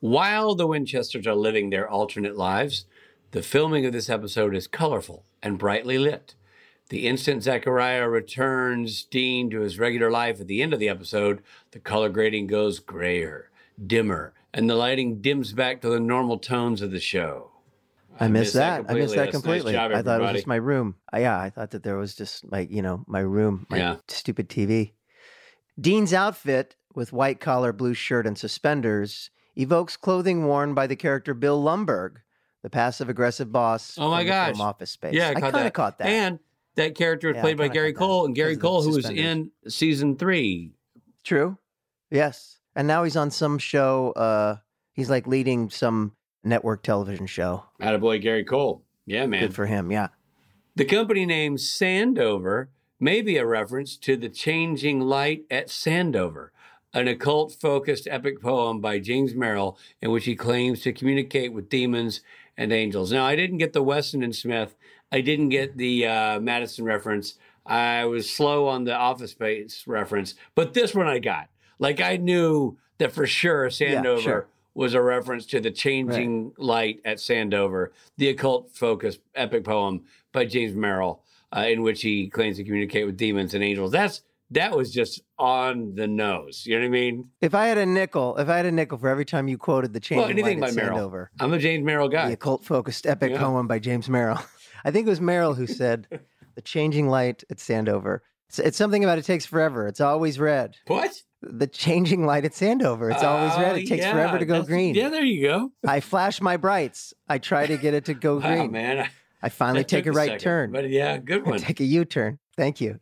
[SPEAKER 2] While the Winchesters are living their alternate lives, the filming of this episode is colorful and brightly lit. The instant Zachariah returns Dean to his regular life at the end of the episode, the color grading goes grayer, dimmer, and the lighting dims back to the normal tones of the show.
[SPEAKER 1] I, missed
[SPEAKER 2] missed that
[SPEAKER 1] that. I missed that completely.
[SPEAKER 2] completely. That's- nice job,
[SPEAKER 1] I thought it was
[SPEAKER 2] everybody.
[SPEAKER 1] just my room. I- yeah, I thought that there was just my, you know, my room, my
[SPEAKER 2] Yeah.
[SPEAKER 1] stupid TV. Dean's outfit with white collar, blue shirt, and suspenders evokes clothing worn by the character Bill Lumberg, the passive aggressive boss.
[SPEAKER 2] Oh my
[SPEAKER 1] from the film
[SPEAKER 2] gosh.
[SPEAKER 1] Office Space.
[SPEAKER 2] Yeah, I
[SPEAKER 1] I
[SPEAKER 2] caught
[SPEAKER 1] kind of
[SPEAKER 2] that.
[SPEAKER 1] caught that.
[SPEAKER 2] And that character was
[SPEAKER 1] Yeah, I
[SPEAKER 2] played by
[SPEAKER 1] kinda
[SPEAKER 2] Gary
[SPEAKER 1] got that
[SPEAKER 2] Cole, and Gary
[SPEAKER 1] because of the
[SPEAKER 2] Cole, who was
[SPEAKER 1] suspenders.
[SPEAKER 2] in season three.
[SPEAKER 1] True. Yes. And now he's on some show. Uh, he's like leading some network television show.
[SPEAKER 2] boy, Gary Cole. Yeah, man.
[SPEAKER 1] Good for him. Yeah.
[SPEAKER 2] The company name Sandover may be a reference to the changing light at Sandover, an occult focused epic poem by James Merrill in which he claims to communicate with demons and angels. Now, I didn't get the Weston and Smith, I didn't get the uh, Madison reference. I was slow on the office space reference, but this one I got. Like, I knew that for sure Sandover
[SPEAKER 1] sure.
[SPEAKER 2] was a reference to the changing light at Sandover, the occult focused epic poem by James Merrill, uh, in which he claims to communicate with demons and angels. That's that was just on the nose. You know what I mean?
[SPEAKER 1] If I had a nickel, if I had a nickel for every time you quoted the change
[SPEAKER 2] Well, anything by
[SPEAKER 1] light at
[SPEAKER 2] Merrill.
[SPEAKER 1] Sandover,
[SPEAKER 2] I'm a James Merrill guy.
[SPEAKER 1] the occult focused epic
[SPEAKER 2] Yeah.
[SPEAKER 1] poem by James Merrill. (laughs) I think it was Merrill who said, The changing light at Sandover. It's, it's something about it takes forever. It's always red.
[SPEAKER 2] What?
[SPEAKER 1] The changing light at Sandover. It's always red. It takes
[SPEAKER 2] Oh, yeah,
[SPEAKER 1] forever to go
[SPEAKER 2] that's-
[SPEAKER 1] green.
[SPEAKER 2] Yeah, there you go.
[SPEAKER 1] I flash my brights. I try to get it to go
[SPEAKER 2] Wow,
[SPEAKER 1] green.
[SPEAKER 2] man. (laughs) I-
[SPEAKER 1] I finally
[SPEAKER 2] that
[SPEAKER 1] take a
[SPEAKER 2] took
[SPEAKER 1] right
[SPEAKER 2] second,
[SPEAKER 1] turn.
[SPEAKER 2] But yeah,
[SPEAKER 1] (laughs)
[SPEAKER 2] good one.
[SPEAKER 1] Take a U turn. Thank you.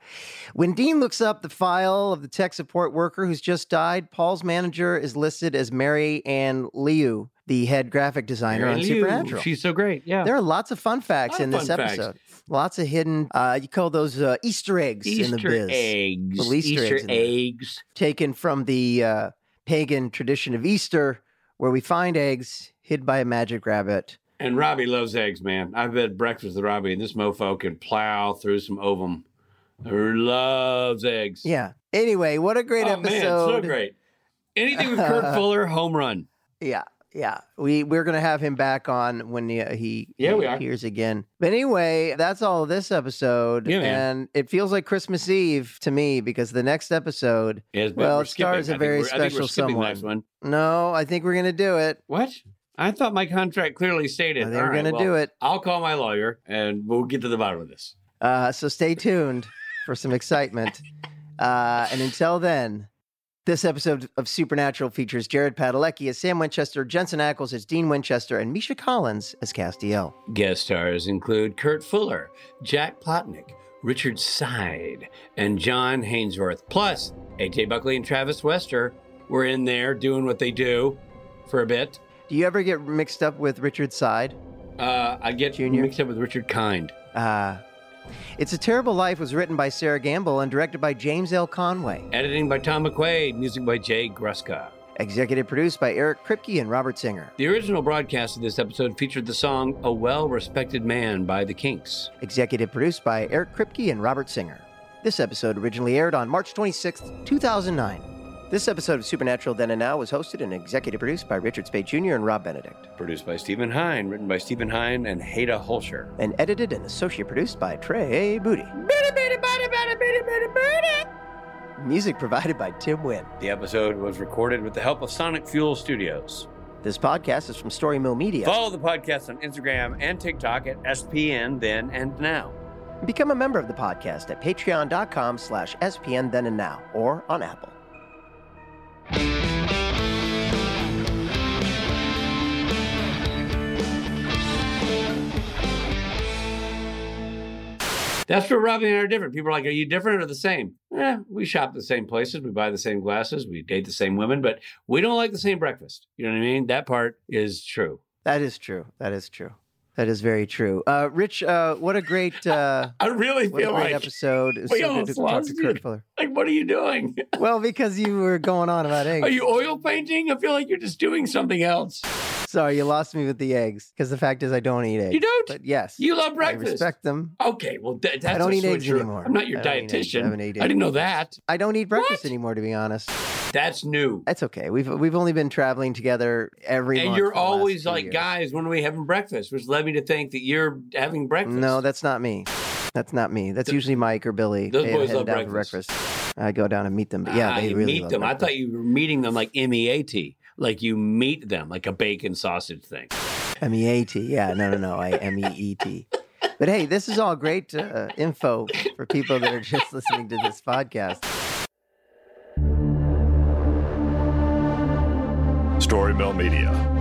[SPEAKER 1] When Dean looks up the file of the tech support worker who's just died, Paul's manager is listed as Mary Ann Liu, the head graphic designer
[SPEAKER 2] Mary
[SPEAKER 1] on
[SPEAKER 2] Lou,
[SPEAKER 1] Supernatural.
[SPEAKER 2] She's so great. Yeah.
[SPEAKER 1] There are lots of fun facts
[SPEAKER 2] Lot of
[SPEAKER 1] in this
[SPEAKER 2] fun facts.
[SPEAKER 1] episode. Lots of hidden, uh, you call those uh, Easter eggs in the biz,
[SPEAKER 2] eggs.
[SPEAKER 1] Little Easter eggs in there.
[SPEAKER 2] eggs.
[SPEAKER 1] taken from the uh, pagan tradition of Easter, where we find eggs hid by a magic rabbit.
[SPEAKER 2] And Robbie loves eggs, man. I've had breakfast with Robbie, and this mofo can plow through some ovum. He loves eggs.
[SPEAKER 1] Yeah. Anyway, what a great
[SPEAKER 2] oh,
[SPEAKER 1] episode.
[SPEAKER 2] Man, so great. Anything with
[SPEAKER 1] (laughs)
[SPEAKER 2] Kurt Fuller, home run.
[SPEAKER 1] Yeah, yeah. We we're gonna have him back on when he, he
[SPEAKER 2] Yeah,
[SPEAKER 1] he
[SPEAKER 2] we are.
[SPEAKER 1] appears again. But anyway, that's all of this episode,
[SPEAKER 2] Yeah, man.
[SPEAKER 1] and it feels like Christmas Eve to me because the next episode.
[SPEAKER 2] Yes, but
[SPEAKER 1] Well,
[SPEAKER 2] we're
[SPEAKER 1] it stars
[SPEAKER 2] skipping.
[SPEAKER 1] a
[SPEAKER 2] I think
[SPEAKER 1] very
[SPEAKER 2] we're- I think we're
[SPEAKER 1] special
[SPEAKER 2] skipping the
[SPEAKER 1] someone.
[SPEAKER 2] next one.
[SPEAKER 1] No, I think we're gonna do it.
[SPEAKER 2] What? I thought my contract clearly
[SPEAKER 1] I
[SPEAKER 2] stated.
[SPEAKER 1] think
[SPEAKER 2] All
[SPEAKER 1] we're
[SPEAKER 2] right,
[SPEAKER 1] gonna
[SPEAKER 2] well,
[SPEAKER 1] do it.
[SPEAKER 2] I'll call my lawyer, and we'll get to the bottom of this.
[SPEAKER 1] Uh, so stay tuned for some excitement. Uh, and until then, this episode of Supernatural features Jared Padalecki as Sam Winchester, Jensen Ackles as Dean Winchester, and Misha Collins as Castiel.
[SPEAKER 2] Guest stars include Kurt Fuller, Jack Plotnick, Richard Side, and John Hainsworth. Plus, AJ Buckley and Travis Wester were in there doing what they do for a bit.
[SPEAKER 1] Do you ever get mixed up with Richard Side?
[SPEAKER 2] Uh, I get
[SPEAKER 1] Junior.
[SPEAKER 2] mixed up with Richard Kind.
[SPEAKER 1] Uh, it's a Terrible Life was written by Sarah Gamble and directed by James L. Conway.
[SPEAKER 2] Editing by Tom McQuaid, music by Jay Gruska.
[SPEAKER 1] Executive produced by Eric Kripke and Robert Singer.
[SPEAKER 2] The original broadcast of this episode featured the song A Well Respected Man by The Kinks.
[SPEAKER 1] Executive produced by Eric Kripke and Robert Singer. This episode originally aired on March 26, 2009. This episode of Supernatural Then and Now was hosted and executive produced by Richard Spade Jr. and Rob Benedict,
[SPEAKER 2] Produced by Stephen Hine, written by Stephen Hine and Hada Holscher.
[SPEAKER 1] and edited and associate produced by Trey Booty. Music provided by Tim Wynn.
[SPEAKER 2] The episode was recorded with the help of Sonic Fuel Studios.
[SPEAKER 1] This podcast is from Story Mill Media.
[SPEAKER 2] Follow the podcast on Instagram and TikTok at SPN Then and Now.
[SPEAKER 1] Become a member of the podcast at patreon.com slash SPN then and now or on Apple.
[SPEAKER 2] That's where Robbie and I are different. People are like, "Are you different or the same?" Eh, we shop at the same places, we buy the same glasses, we date the same women, but we don't like the same breakfast. You know what I mean? That part is true.
[SPEAKER 1] That is true. That is true. That is very true. Uh, Rich, uh, what a great, uh,
[SPEAKER 2] I really
[SPEAKER 1] what a
[SPEAKER 2] feel
[SPEAKER 1] great
[SPEAKER 2] like,
[SPEAKER 1] episode. It's
[SPEAKER 2] we
[SPEAKER 1] so good
[SPEAKER 2] almost
[SPEAKER 1] to talk
[SPEAKER 2] lost
[SPEAKER 1] to
[SPEAKER 2] you.
[SPEAKER 1] Kurt Fuller.
[SPEAKER 2] like, what are you doing?
[SPEAKER 1] Well, because you were going on about eggs.
[SPEAKER 2] Are you oil painting? I feel like you're just doing something else.
[SPEAKER 1] Sorry, you lost me with the eggs. Because the fact is, I don't eat eggs.
[SPEAKER 2] You don't.
[SPEAKER 1] But yes,
[SPEAKER 2] You love
[SPEAKER 1] I
[SPEAKER 2] breakfast.
[SPEAKER 1] respect them.
[SPEAKER 2] Okay, well, that, that's
[SPEAKER 1] I don't
[SPEAKER 2] a
[SPEAKER 1] eat eggs
[SPEAKER 2] switcheroo.
[SPEAKER 1] anymore.
[SPEAKER 2] I'm not your
[SPEAKER 1] I don't eat eggs. I
[SPEAKER 2] dietitian.
[SPEAKER 1] haven't eaten
[SPEAKER 2] I didn't know
[SPEAKER 1] eggs.
[SPEAKER 2] that.
[SPEAKER 1] I don't eat breakfast
[SPEAKER 2] What?
[SPEAKER 1] anymore, to be honest.
[SPEAKER 2] That's new.
[SPEAKER 1] That's okay. We've we've only been traveling together every
[SPEAKER 2] And
[SPEAKER 1] month
[SPEAKER 2] you're
[SPEAKER 1] for the last
[SPEAKER 2] always
[SPEAKER 1] two
[SPEAKER 2] like,
[SPEAKER 1] years.
[SPEAKER 2] guys, when are we having breakfast? Which led me to think that you're having breakfast.
[SPEAKER 1] No, that's not me. That's not me. That's usually Mike or Billy.
[SPEAKER 2] Those
[SPEAKER 1] They
[SPEAKER 2] boys
[SPEAKER 1] head
[SPEAKER 2] love
[SPEAKER 1] down for
[SPEAKER 2] breakfast.
[SPEAKER 1] I go down and meet them. But yeah,
[SPEAKER 2] Ah,
[SPEAKER 1] they
[SPEAKER 2] you
[SPEAKER 1] really
[SPEAKER 2] meet
[SPEAKER 1] love
[SPEAKER 2] them. I
[SPEAKER 1] breakfast.
[SPEAKER 2] thought you were meeting them like M E A T, like you meet them like a bacon sausage thing.
[SPEAKER 1] M E A T. Yeah, no, no, no. I M E E T. But hey, this is all great uh, info for people that are just listening to this podcast.
[SPEAKER 7] Story Mill Media.